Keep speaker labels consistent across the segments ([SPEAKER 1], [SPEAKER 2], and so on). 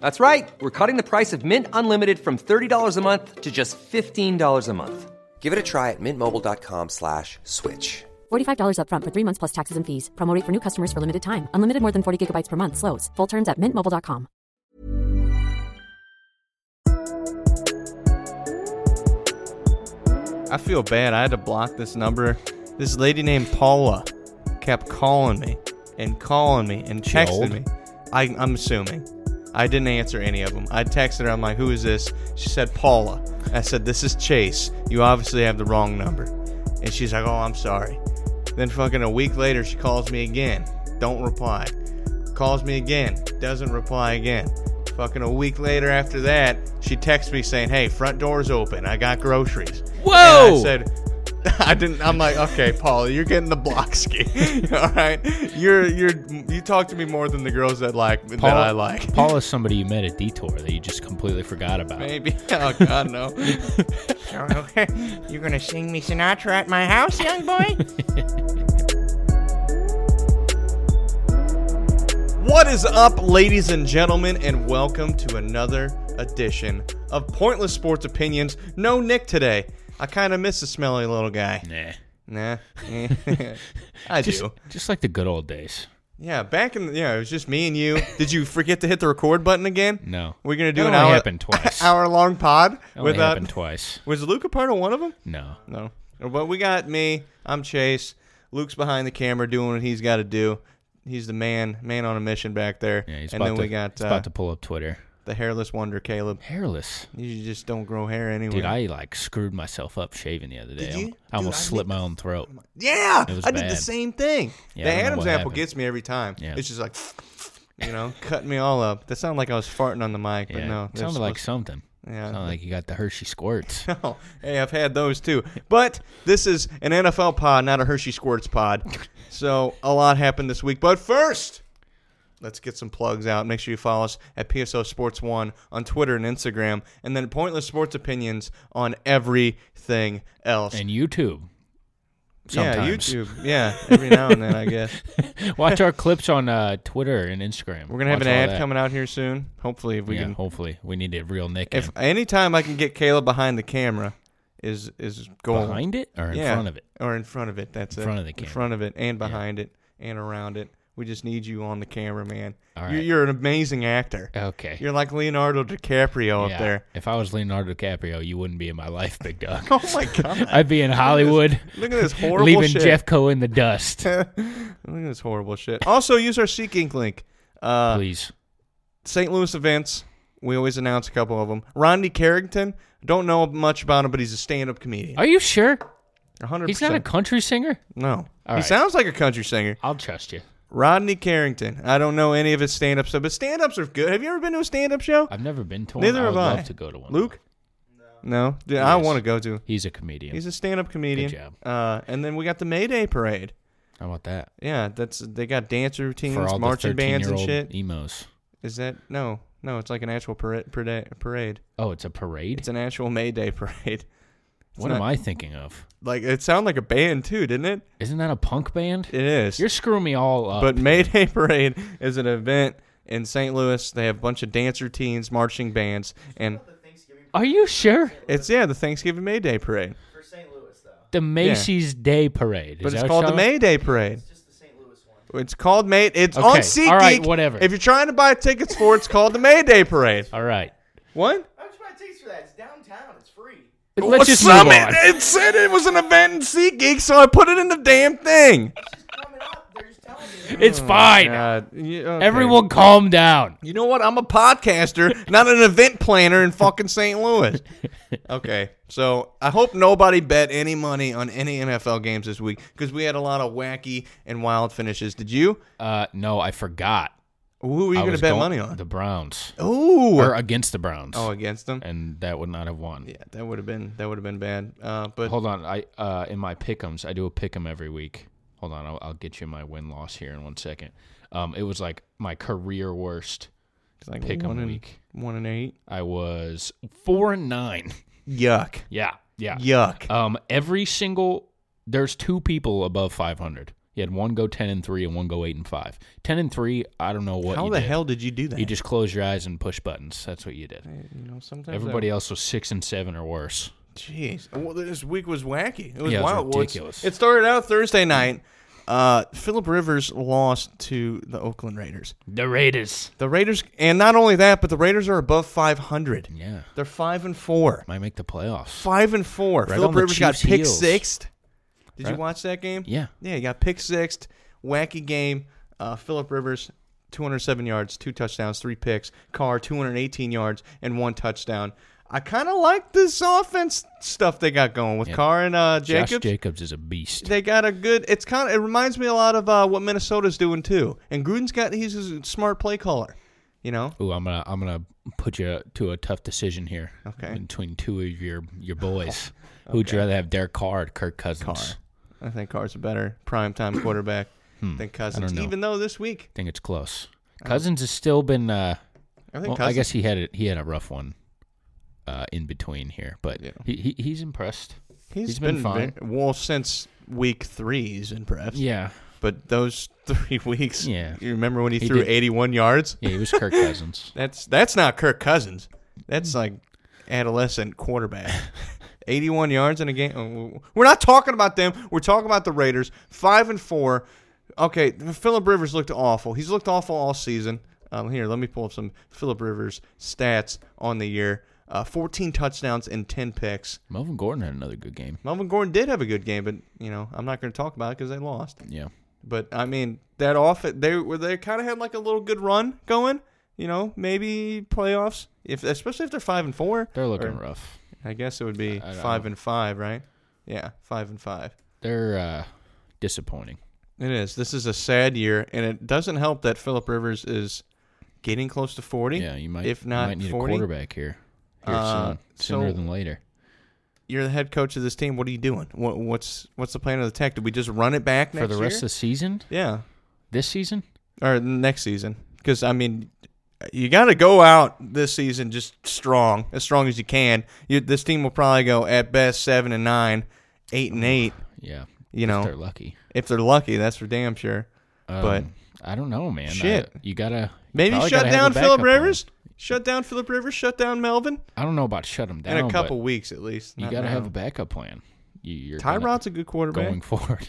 [SPEAKER 1] That's right. We're cutting the price of Mint Unlimited from $30 a month to just $15 a month. Give it a try at mintmobile.com slash switch.
[SPEAKER 2] $45 upfront for three months plus taxes and fees. Promo rate for new customers for limited time. Unlimited more than 40 gigabytes per month. Slows. Full terms at mintmobile.com.
[SPEAKER 3] I feel bad. I had to block this number. This lady named Paula kept calling me and calling me and
[SPEAKER 4] She
[SPEAKER 3] texting
[SPEAKER 4] old?
[SPEAKER 3] me. I, I'm assuming. I didn't answer any of them. I texted her. I'm like, "Who is this?" She said, "Paula." I said, "This is Chase. You obviously have the wrong number." And she's like, "Oh, I'm sorry." Then fucking a week later, she calls me again. Don't reply. Calls me again. Doesn't reply again. Fucking a week later after that, she texts me saying, "Hey, front door's open. I got groceries."
[SPEAKER 4] Whoa!
[SPEAKER 3] And I said, I didn't. I'm like, okay, Paula, you're getting the block ski. All right, you're you're you talk to me more than the girls that like that I like.
[SPEAKER 4] Paul is somebody you met at Detour that you just completely forgot about.
[SPEAKER 3] Maybe. Oh God, no.
[SPEAKER 5] You're gonna sing me Sinatra at my house, young boy?
[SPEAKER 3] what is up, ladies and gentlemen, and welcome to another edition of Pointless Sports Opinions. No Nick today. I kind of miss the smelly little guy.
[SPEAKER 4] Nah.
[SPEAKER 3] Nah, Eh. I
[SPEAKER 4] Just,
[SPEAKER 3] do.
[SPEAKER 4] just like the good old days.
[SPEAKER 3] Yeah, back in the, yeah, it was just me and you. Did you forget to hit the record button again?
[SPEAKER 4] No.
[SPEAKER 3] We're gonna do
[SPEAKER 4] That
[SPEAKER 3] an
[SPEAKER 4] only
[SPEAKER 3] hour
[SPEAKER 4] happened twice.
[SPEAKER 3] hour long pod
[SPEAKER 4] That only
[SPEAKER 3] without.
[SPEAKER 4] happened twice.
[SPEAKER 3] Was Luke a part of one of them?
[SPEAKER 4] No.
[SPEAKER 3] No. But we got me. I'm Chase. Luke's behind the camera doing what he's got to do. He's the man, man on a mission back there.
[SPEAKER 4] Yeah, he's,
[SPEAKER 3] and
[SPEAKER 4] about,
[SPEAKER 3] then
[SPEAKER 4] to,
[SPEAKER 3] we got
[SPEAKER 4] he's
[SPEAKER 3] uh,
[SPEAKER 4] about to pull up Twitter.
[SPEAKER 3] the hairless wonder, Caleb.
[SPEAKER 4] Hairless.
[SPEAKER 3] You just don't grow hair anyway.
[SPEAKER 4] Dude, I like screwed myself up shaving the other day.
[SPEAKER 3] Did
[SPEAKER 4] I
[SPEAKER 3] you?
[SPEAKER 4] almo- I almost
[SPEAKER 3] Dude, I
[SPEAKER 4] slit
[SPEAKER 3] did-
[SPEAKER 4] my own throat.
[SPEAKER 3] yeah,
[SPEAKER 4] It was
[SPEAKER 3] I did the
[SPEAKER 4] bad.
[SPEAKER 3] same thing.
[SPEAKER 4] Yeah,
[SPEAKER 3] the
[SPEAKER 4] I don't know
[SPEAKER 3] Adam's
[SPEAKER 4] what
[SPEAKER 3] apple
[SPEAKER 4] happened.
[SPEAKER 3] gets me every time.
[SPEAKER 4] Yeah.
[SPEAKER 3] It's just like, you know, cutting me all up. That sounded like I was farting on the mic, but
[SPEAKER 4] Yeah.
[SPEAKER 3] no.
[SPEAKER 4] it
[SPEAKER 3] that's
[SPEAKER 4] sounded like
[SPEAKER 3] supposed-
[SPEAKER 4] something.
[SPEAKER 3] Yeah.
[SPEAKER 4] Sounded like you got the Hershey squirts.
[SPEAKER 3] No, hey, I've had those too. But this is an NFL pod, not a Hershey Squirts pod. So a lot happened this week. But first, let's get some plugs out. Make sure you follow us at PSO Sports One on Twitter and Instagram, and then Pointless Sports Opinions on everything else.
[SPEAKER 4] and YouTube. Sometimes.
[SPEAKER 3] Yeah, YouTube. Yeah, every now and then, I guess.
[SPEAKER 4] Watch our clips on uh, Twitter and Instagram.
[SPEAKER 3] We're gonna have
[SPEAKER 4] Watch
[SPEAKER 3] an
[SPEAKER 4] all
[SPEAKER 3] ad
[SPEAKER 4] that.
[SPEAKER 3] coming out here soon. Hopefully, if we
[SPEAKER 4] yeah,
[SPEAKER 3] can.
[SPEAKER 4] hopefully we need a real Nick
[SPEAKER 3] If
[SPEAKER 4] in.
[SPEAKER 3] any time I can get Caleb behind the camera, is is going
[SPEAKER 4] behind it or in
[SPEAKER 3] Yeah,
[SPEAKER 4] front of it.
[SPEAKER 3] or in front of it. That's
[SPEAKER 4] In
[SPEAKER 3] it.
[SPEAKER 4] front of the
[SPEAKER 3] in
[SPEAKER 4] camera.
[SPEAKER 3] front of it, and behind it, and around it. We just need you on the camera, man.
[SPEAKER 4] All
[SPEAKER 3] You're,
[SPEAKER 4] right.
[SPEAKER 3] you're an amazing actor.
[SPEAKER 4] Okay.
[SPEAKER 3] You're like Leonardo DiCaprio
[SPEAKER 4] Yeah.
[SPEAKER 3] up there.
[SPEAKER 4] If I was Leonardo DiCaprio, you wouldn't be in my life, big dog.
[SPEAKER 3] Oh my god!
[SPEAKER 4] I'd be in Hollywood,
[SPEAKER 3] Look at this horrible
[SPEAKER 4] leaving
[SPEAKER 3] shit.
[SPEAKER 4] Jeff Cohen in the dust.
[SPEAKER 3] Look at this horrible shit. Also, use our SeatGeek link. Uh,
[SPEAKER 4] Please.
[SPEAKER 3] St. Louis events. We always announce a couple of them. Rodney Carrington. Don't know much about him, but he's a stand-up comedian.
[SPEAKER 4] Are you sure?
[SPEAKER 3] 100.
[SPEAKER 4] He's not a country singer?
[SPEAKER 3] no.
[SPEAKER 4] All
[SPEAKER 3] he
[SPEAKER 4] right.
[SPEAKER 3] sounds like a country singer.
[SPEAKER 4] I'll trust you.
[SPEAKER 3] Rodney Carrington. I don't know any of his stand up stuff, but stand ups are good. Have you ever been to a stand up show?
[SPEAKER 4] I've never been to one.
[SPEAKER 3] Neither
[SPEAKER 4] I
[SPEAKER 3] have
[SPEAKER 4] would
[SPEAKER 3] I.
[SPEAKER 4] love to go to one.
[SPEAKER 3] Luke? No. Dude, I
[SPEAKER 4] is.
[SPEAKER 3] want to go to.
[SPEAKER 4] He's a comedian.
[SPEAKER 3] He's a stand up comedian.
[SPEAKER 4] Good job.
[SPEAKER 3] Uh, and then we got the May Day parade.
[SPEAKER 4] How about that?
[SPEAKER 3] Yeah, that's they got dance routines,
[SPEAKER 4] For all
[SPEAKER 3] marching
[SPEAKER 4] the
[SPEAKER 3] bands and shit.
[SPEAKER 4] 13-year-old emos.
[SPEAKER 3] Is that no? No, it's like an actual parade. parade, parade.
[SPEAKER 4] Oh, it's a parade?
[SPEAKER 3] It's an actual May Day parade.
[SPEAKER 4] what
[SPEAKER 3] not-
[SPEAKER 4] am I thinking of?
[SPEAKER 3] Like it sounded like a band too, didn't it?
[SPEAKER 4] Isn't that a punk band?
[SPEAKER 3] It is.
[SPEAKER 4] You're screwing me all up.
[SPEAKER 3] But May Day Parade is an event in St. Louis. They have a bunch of dance routines, marching bands, and
[SPEAKER 4] Are you sure?
[SPEAKER 3] It's yeah, the Thanksgiving May Day parade,
[SPEAKER 4] The Macy's Day Parade. Is
[SPEAKER 3] but
[SPEAKER 4] that
[SPEAKER 3] it's
[SPEAKER 4] what
[SPEAKER 3] called the
[SPEAKER 4] y'all-
[SPEAKER 3] May Day parade. It's called May. It's
[SPEAKER 4] Okay,
[SPEAKER 3] on SeatGeek.
[SPEAKER 4] all right, whatever.
[SPEAKER 3] If you're trying to buy tickets for, it, it's called the May Day Parade.
[SPEAKER 4] All right.
[SPEAKER 3] What?
[SPEAKER 5] How much my takes for that? It's downtown. It's free.
[SPEAKER 4] Let's just
[SPEAKER 3] Well,
[SPEAKER 4] move
[SPEAKER 3] some-
[SPEAKER 4] on.
[SPEAKER 3] Oh, It, it said it was an event in SeatGeek, so I put it in the damn thing.
[SPEAKER 5] Coming up, they're just telling you.
[SPEAKER 4] It's fine.
[SPEAKER 3] Oh, God, you- okay.
[SPEAKER 4] Everyone, calm down.
[SPEAKER 3] You know what? I'm a podcaster, not an event planner in fucking St. Louis. Okay, so I hope nobody bet any money on any NFL games this week because we had a lot of wacky and wild finishes. Did you?
[SPEAKER 4] Uh, no, I forgot.
[SPEAKER 3] Who were you
[SPEAKER 4] I
[SPEAKER 3] going to
[SPEAKER 4] was
[SPEAKER 3] bet
[SPEAKER 4] going-
[SPEAKER 3] money on?
[SPEAKER 4] The Browns. Or
[SPEAKER 3] Oh,
[SPEAKER 4] against the Browns.
[SPEAKER 3] oh, against them.
[SPEAKER 4] and that would not have won.
[SPEAKER 3] Yeah, that would have been that would have been bad. Uh, but
[SPEAKER 4] Hold on. I uh, in my pick'ems, I do a pick'em every week. Hold on, I'll, I'll get you my win loss here in one second. Um, it was like my career worst.
[SPEAKER 3] it's like
[SPEAKER 4] pick 'em
[SPEAKER 3] one and
[SPEAKER 4] week.
[SPEAKER 3] one and eight.
[SPEAKER 4] I was four and nine.
[SPEAKER 3] Yuck,
[SPEAKER 4] Yeah, yeah.
[SPEAKER 3] yuck.
[SPEAKER 4] Um, every single there's two people above 500. You had one go 10 and three, and one go eight and five. 10 and three, I don't know what.
[SPEAKER 3] How
[SPEAKER 4] you
[SPEAKER 3] the
[SPEAKER 4] did.
[SPEAKER 3] hell did you do that?
[SPEAKER 4] You just close your eyes and push buttons. That's what you did.
[SPEAKER 3] you know sometimes
[SPEAKER 4] Everybody else was six and seven or worse.
[SPEAKER 3] Jeez, well, this week was wacky. It was
[SPEAKER 4] Yeah, it was
[SPEAKER 3] wild. Well, it's-
[SPEAKER 4] ridiculous.
[SPEAKER 3] it started out Thursday night. Uh, Philip Rivers lost to the Oakland Raiders.
[SPEAKER 4] The Raiders.
[SPEAKER 3] The Raiders, and not only that, but the Raiders are above 500.
[SPEAKER 4] Yeah,
[SPEAKER 3] They're five and four.
[SPEAKER 4] might make the playoffs.
[SPEAKER 3] Five and four.
[SPEAKER 4] Right
[SPEAKER 3] Philip
[SPEAKER 4] on the
[SPEAKER 3] Rivers got
[SPEAKER 4] Chiefs'
[SPEAKER 3] pick
[SPEAKER 4] heels.
[SPEAKER 3] sixth. Did you
[SPEAKER 4] Right-
[SPEAKER 3] watch that game?
[SPEAKER 4] Yeah.
[SPEAKER 3] Yeah, he got pick sixth. Wacky game. Uh, Philip Rivers, 207 yards, two touchdowns, three picks. Carr, 218 yards and one touchdown. I kind of like this offense stuff they got going with Carr and uh,
[SPEAKER 4] Josh
[SPEAKER 3] Jacobs.
[SPEAKER 4] Jacobs is a beast.
[SPEAKER 3] They got a good. It's kind of. It reminds me a lot of uh, what Minnesota's doing too. And Gruden's got. He's a smart play caller. You know.
[SPEAKER 4] Ooh, I'm gonna I'm gonna put you to a tough decision here.
[SPEAKER 3] Okay.
[SPEAKER 4] Between two of your your boys, who'd you rather have Derek Carr or Kirk Cousins?
[SPEAKER 3] Carr. I think Carr's a better primetime quarterback than Cousins.
[SPEAKER 4] Hmm. know.
[SPEAKER 3] Even though this week,
[SPEAKER 4] I think it's close. Cousins has still been. Uh,
[SPEAKER 3] Uh, I think
[SPEAKER 4] well,
[SPEAKER 3] Cousins.
[SPEAKER 4] I guess he had it. He had a rough one. Uh, in between here, but he, he he's impressed. he's been fine.
[SPEAKER 3] ve- well, since week three, he's been perhaps.
[SPEAKER 4] Yeah.
[SPEAKER 3] But those three weeks.
[SPEAKER 4] Yeah.
[SPEAKER 3] You remember when he,
[SPEAKER 4] He
[SPEAKER 3] threw
[SPEAKER 4] did-
[SPEAKER 3] 81 yards?
[SPEAKER 4] Yeah, he was Kirk Cousins.
[SPEAKER 3] That's that's not Kirk Cousins. That's like adolescent quarterback. 81 yards in a game. oh, We're not talking about them. We're talking about the Raiders. Five and four. Okay, Philip Rivers looked awful. He's looked awful all season. Um, here, let me pull up some Philip Rivers stats on the year. Uh, 14 touchdowns and 10 picks.
[SPEAKER 4] Melvin Gordon had another good game.
[SPEAKER 3] Melvin Gordon did have a good game, but you know I'm not going to talk about it because they lost.
[SPEAKER 4] Yeah.
[SPEAKER 3] But I mean, that off they were they kind of had like a little good run going. You know, maybe playoffs if especially if they're five and four.
[SPEAKER 4] They're looking
[SPEAKER 3] Or,
[SPEAKER 4] rough.
[SPEAKER 3] I guess it would be
[SPEAKER 4] I- I don't
[SPEAKER 3] five and five, right? Yeah, five and five.
[SPEAKER 4] They're uh, disappointing.
[SPEAKER 3] It is. This is a sad year, and it doesn't help that Philip Rivers is getting close to forty.
[SPEAKER 4] Yeah, you might
[SPEAKER 3] if
[SPEAKER 4] you
[SPEAKER 3] not
[SPEAKER 4] might need
[SPEAKER 3] forty.
[SPEAKER 4] a quarterback here, here
[SPEAKER 3] Uh,
[SPEAKER 4] soon, sooner
[SPEAKER 3] so-
[SPEAKER 4] than later.
[SPEAKER 3] You're the head coach of this team. What are you doing? What, what's what's the plan of the tech? Do we just run it back
[SPEAKER 4] For the
[SPEAKER 3] next
[SPEAKER 4] rest of
[SPEAKER 3] year?
[SPEAKER 4] the season,
[SPEAKER 3] yeah.
[SPEAKER 4] this season,
[SPEAKER 3] or next season because i mean you got to go out this season just strong as strong as you can you, this team will probably go at best seven and nine eight and eight
[SPEAKER 4] yeah,
[SPEAKER 3] you
[SPEAKER 4] if
[SPEAKER 3] know
[SPEAKER 4] they're lucky.
[SPEAKER 3] if they're lucky that's for damn sure but
[SPEAKER 4] Um, I don't know, man. I-
[SPEAKER 3] Shit.
[SPEAKER 4] you gotta
[SPEAKER 3] maybe
[SPEAKER 4] probably
[SPEAKER 3] shut
[SPEAKER 4] gotta have
[SPEAKER 3] down
[SPEAKER 4] a
[SPEAKER 3] philip
[SPEAKER 4] backup plan.
[SPEAKER 3] rivers shut down philip rivers shut down melvin
[SPEAKER 4] I don't know about shut him down.
[SPEAKER 3] in a couple
[SPEAKER 4] but
[SPEAKER 3] weeks at least
[SPEAKER 4] you
[SPEAKER 3] not
[SPEAKER 4] gotta
[SPEAKER 3] now.
[SPEAKER 4] have a backup plan. You, you're gonna-
[SPEAKER 3] tyrod's a good quarterback
[SPEAKER 4] going forward.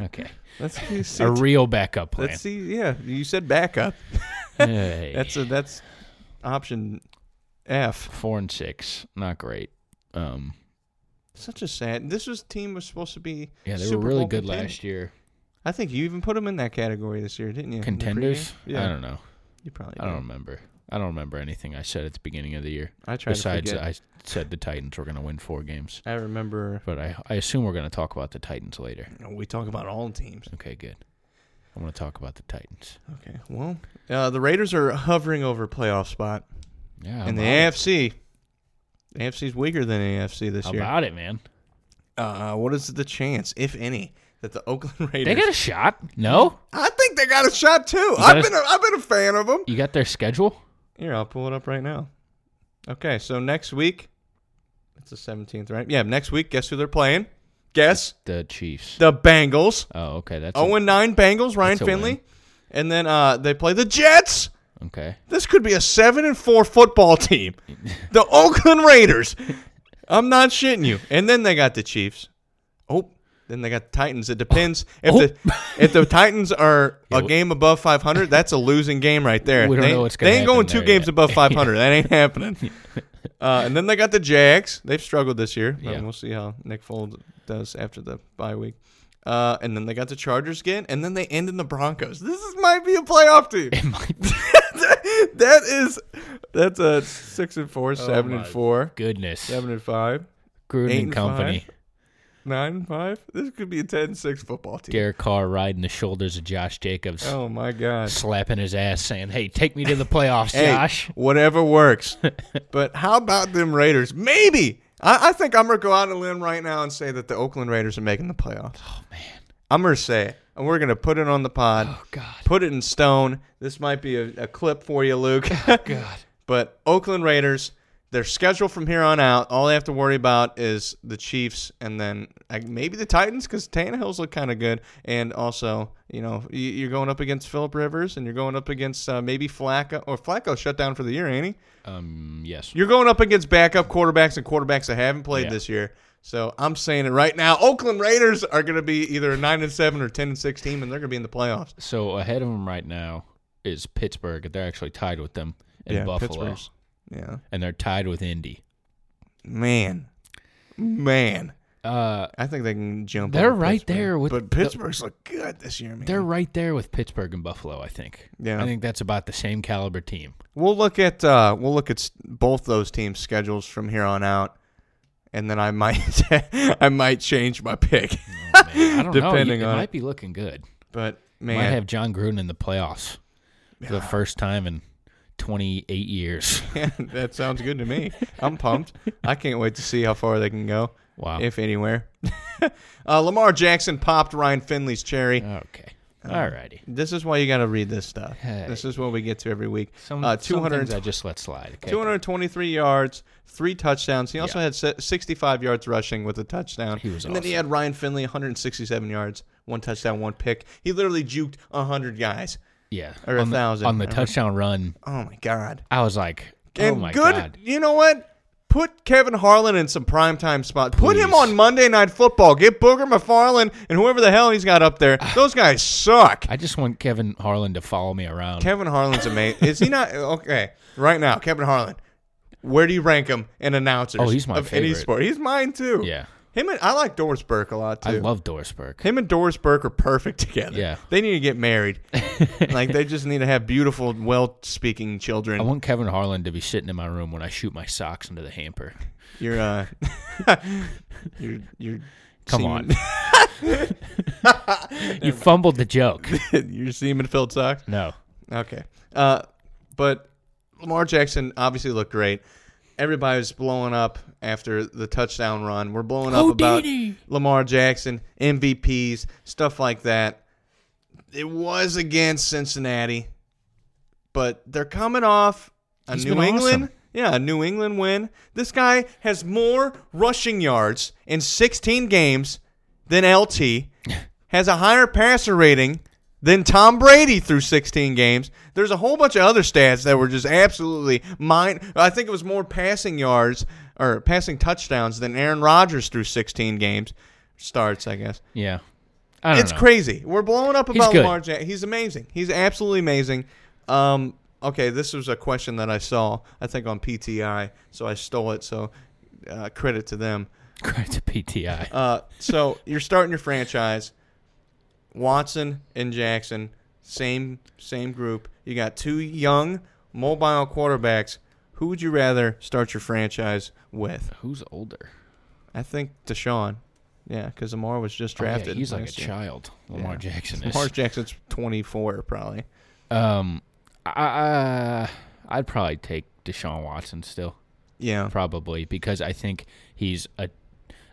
[SPEAKER 4] okay,
[SPEAKER 3] let's see- see
[SPEAKER 4] a real backup plan.
[SPEAKER 3] let's see yeah you said backup
[SPEAKER 4] Hey.
[SPEAKER 3] that's a that's option f
[SPEAKER 4] four and six, not great. Um,
[SPEAKER 3] Such a sad. This was team was supposed to be.
[SPEAKER 4] yeah, they
[SPEAKER 3] Super
[SPEAKER 4] were really
[SPEAKER 3] Bowl
[SPEAKER 4] good
[SPEAKER 3] contenders.
[SPEAKER 4] last year.
[SPEAKER 3] I think you even put them in that category this year, didn't you? in the
[SPEAKER 4] Contenders?
[SPEAKER 3] preview? Yeah,
[SPEAKER 4] I don't know.
[SPEAKER 3] You probably.
[SPEAKER 4] I
[SPEAKER 3] did.
[SPEAKER 4] don't remember. I don't remember anything I said at the beginning of the year.
[SPEAKER 3] I try to
[SPEAKER 4] Besides,
[SPEAKER 3] forget.
[SPEAKER 4] I said the Titans were going to win four games,
[SPEAKER 3] I remember.
[SPEAKER 4] but I I assume we're going to talk about the Titans later.
[SPEAKER 3] We talk about all teams.
[SPEAKER 4] Okay, good. I want to talk about the Titans.
[SPEAKER 3] Okay. Well, uh, the Raiders are hovering over a playoff spot,
[SPEAKER 4] Yeah,
[SPEAKER 3] and the
[SPEAKER 4] I'm about,
[SPEAKER 3] AFC. The AFC's weaker than the AFC this
[SPEAKER 4] it.
[SPEAKER 3] year.
[SPEAKER 4] about it, man.
[SPEAKER 3] Uh, what is the chance, if any, that the Oakland Raiders?
[SPEAKER 4] They got a shot. No,
[SPEAKER 3] I think they got a shot too. I've
[SPEAKER 4] a-
[SPEAKER 3] been a, I've been a fan of them.
[SPEAKER 4] you got their schedule.
[SPEAKER 3] Here, I'll pull it up right now. Okay, so next week, it's the 17th, right? Yeah, next week, guess who they're playing? Guess
[SPEAKER 4] The Chiefs.
[SPEAKER 3] the Bengals.
[SPEAKER 4] oh, okay. That's a-
[SPEAKER 3] Oh and 9 Bengals, Ryan
[SPEAKER 4] That's a
[SPEAKER 3] Finley.
[SPEAKER 4] win.
[SPEAKER 3] And then uh, they play the Jets.
[SPEAKER 4] Okay.
[SPEAKER 3] This could be a seven and four football team. The Oakland Raiders. I'm not shitting you. And then they got the Chiefs. Oh, then they got the Titans. It depends if the
[SPEAKER 4] Oh.
[SPEAKER 3] if the Titans are a game above 500. That's a losing game right there.
[SPEAKER 4] We don't
[SPEAKER 3] they,
[SPEAKER 4] know what's
[SPEAKER 3] They
[SPEAKER 4] gonna
[SPEAKER 3] ain't going
[SPEAKER 4] happen
[SPEAKER 3] two
[SPEAKER 4] there
[SPEAKER 3] games
[SPEAKER 4] yet.
[SPEAKER 3] above 500. That ain't happening. Uh, and then they got the Jags. They've struggled this year. but
[SPEAKER 4] Yeah.
[SPEAKER 3] We'll see how Nick Foles does after the bye week. Uh, and then they got the Chargers again, and then they end in the Broncos. This is, might be a playoff team that is that's a six and four, seven and
[SPEAKER 4] Oh my
[SPEAKER 3] four,
[SPEAKER 4] Goodness.
[SPEAKER 3] seven and five,
[SPEAKER 4] Gruden
[SPEAKER 3] eight
[SPEAKER 4] and
[SPEAKER 3] and
[SPEAKER 4] Company.
[SPEAKER 3] five. nine and five. This could be a 10-6 football team.
[SPEAKER 4] Derek Carr riding the shoulders of Josh Jacobs,
[SPEAKER 3] Oh my god!
[SPEAKER 4] slapping his ass, saying, "Hey, take me to the playoffs,
[SPEAKER 3] Hey,
[SPEAKER 4] Josh."
[SPEAKER 3] whatever works. but how about them Raiders? Maybe I, I think I'm gonna go out on a limb right now and say that the Oakland Raiders are making the playoffs. Oh man, I'm gonna say it, and we're gonna put it on the pod. Oh
[SPEAKER 4] God.
[SPEAKER 3] put it in stone. This might be a, a clip for you, Luke.
[SPEAKER 4] Oh, God.
[SPEAKER 3] But Oakland Raiders, their schedule from here on out, all they have to worry about is the Chiefs and then like, maybe the Titans because Tannehill's look kind of good. And also, you know, y- you're going up against Philip Rivers and you're going up against uh, maybe Flacco or Flacco shut down for the year, ain't he?
[SPEAKER 4] Mm, yes.
[SPEAKER 3] You're going up against backup quarterbacks and quarterbacks that haven't played
[SPEAKER 4] Yeah.
[SPEAKER 3] this year. So I'm saying it right now. Oakland Raiders are going to be either a nine and seven or ten and six team, and they're going to be in the playoffs.
[SPEAKER 4] So ahead of them right now is Pittsburgh. They're actually tied with them in Buffalo,
[SPEAKER 3] Pittsburgh's- Yeah,
[SPEAKER 4] and they're tied with Indy.
[SPEAKER 3] man, man.
[SPEAKER 4] Uh,
[SPEAKER 3] I think they can jump.
[SPEAKER 4] They're
[SPEAKER 3] over
[SPEAKER 4] right
[SPEAKER 3] Pittsburgh.
[SPEAKER 4] there with
[SPEAKER 3] but
[SPEAKER 4] the-
[SPEAKER 3] Pittsburgh's look good this year, man.
[SPEAKER 4] they're right there with Pittsburgh and Buffalo. I think.
[SPEAKER 3] Yeah.
[SPEAKER 4] I think that's about the same caliber team.
[SPEAKER 3] We'll look at uh, we'll look at s- both those teams' schedules from here on out, and then I might I might change my pick.
[SPEAKER 4] Man, I don't know.
[SPEAKER 3] Depending
[SPEAKER 4] You- It
[SPEAKER 3] on
[SPEAKER 4] might
[SPEAKER 3] it.
[SPEAKER 4] be looking good.
[SPEAKER 3] But
[SPEAKER 4] Might
[SPEAKER 3] man,
[SPEAKER 4] have John Gruden in the playoffs for the first time in 28 years.
[SPEAKER 3] that sounds good to me. I'm pumped. I can't wait to see how far they can go.
[SPEAKER 4] Wow.
[SPEAKER 3] If anywhere. uh, Lamar Jackson popped Ryan Finley's cherry.
[SPEAKER 4] okay. All righty.
[SPEAKER 3] This is why you got to read this stuff.
[SPEAKER 4] Hey.
[SPEAKER 3] This is what we get to every week.
[SPEAKER 4] Some,
[SPEAKER 3] uh,
[SPEAKER 4] some things
[SPEAKER 3] 200
[SPEAKER 4] I just let slide. Okay.
[SPEAKER 3] 223 yards, three touchdowns. He also
[SPEAKER 4] Yeah.
[SPEAKER 3] had se- 65 yards rushing with a touchdown.
[SPEAKER 4] He was
[SPEAKER 3] and then he had Ryan Finley, 167 yards, one touchdown, one pick. He literally juked 100 guys.
[SPEAKER 4] Yeah.
[SPEAKER 3] Or a
[SPEAKER 4] on the,
[SPEAKER 3] thousand,
[SPEAKER 4] On the
[SPEAKER 3] I remember.
[SPEAKER 4] touchdown run,
[SPEAKER 3] Oh my God!
[SPEAKER 4] I was like, oh
[SPEAKER 3] And
[SPEAKER 4] my
[SPEAKER 3] good.
[SPEAKER 4] God.
[SPEAKER 3] You know what? Put Kevin Harlan in some primetime spot. Put him
[SPEAKER 4] Please.
[SPEAKER 3] on Monday Night Football. Get Booger McFarland and whoever the hell he's got up there. Those guys suck.
[SPEAKER 4] I just want Kevin Harlan to follow me around.
[SPEAKER 3] Kevin Harlan's amazing. Is he not okay? Right now, Kevin Harlan. Where do you rank him in announcers?
[SPEAKER 4] Oh, he's my
[SPEAKER 3] of any
[SPEAKER 4] favorite.
[SPEAKER 3] sport. He's mine too.
[SPEAKER 4] yeah.
[SPEAKER 3] Him and I like Doris Burke a lot too.
[SPEAKER 4] I love Dorsberg.
[SPEAKER 3] him and Doris Burke are perfect together.
[SPEAKER 4] Yeah.
[SPEAKER 3] They need to get married. like they just need to have beautiful, well speaking children.
[SPEAKER 4] I want Kevin Harlan to be sitting in my room when I shoot my socks into the hamper.
[SPEAKER 3] you're uh you're you're
[SPEAKER 4] Come
[SPEAKER 3] semen-
[SPEAKER 4] on. you fumbled the joke.
[SPEAKER 3] your semen filled socks.
[SPEAKER 4] No.
[SPEAKER 3] Okay. Uh, but Lamar Jackson obviously looked great. Everybody was blowing up after the touchdown run. We're blowing up about
[SPEAKER 4] Houdini.
[SPEAKER 3] Lamar Jackson, MVPs, stuff like that. It was against Cincinnati, but they're coming off a
[SPEAKER 4] He's
[SPEAKER 3] New
[SPEAKER 4] been
[SPEAKER 3] England.
[SPEAKER 4] awesome.
[SPEAKER 3] Yeah, a New England win. This guy has more rushing yards in 16 games than LT, has a higher passer rating than Tom Brady through 16 games. There's a whole bunch of other stats that were just absolutely mine. I think it was more passing yards or passing touchdowns than Aaron Rodgers through 16 games starts, I guess.
[SPEAKER 4] Yeah. I don't
[SPEAKER 3] it's
[SPEAKER 4] know.
[SPEAKER 3] crazy. We're blowing up
[SPEAKER 4] He's
[SPEAKER 3] about
[SPEAKER 4] good.
[SPEAKER 3] Lamar Jackson. He's amazing. He's absolutely amazing. Um, okay, this was a question that I saw, I think, on PTI, so I stole it. So uh, credit to them.
[SPEAKER 4] Credit to PTI.
[SPEAKER 3] Uh, so you're starting your franchise. Watson and Jackson, same same group. You got two young mobile quarterbacks. Who would you rather start your franchise with?
[SPEAKER 4] Who's older?
[SPEAKER 3] I think Deshaun. Yeah, because Lamar was just
[SPEAKER 4] Oh, yeah,
[SPEAKER 3] drafted.
[SPEAKER 4] he's like a
[SPEAKER 3] last year.
[SPEAKER 4] child. Lamar
[SPEAKER 3] Yeah.
[SPEAKER 4] Jackson is.
[SPEAKER 3] Lamar Jackson's 24 probably.
[SPEAKER 4] Um, I, I I'd probably take Deshaun Watson still,
[SPEAKER 3] Yeah.
[SPEAKER 4] probably because I think he's a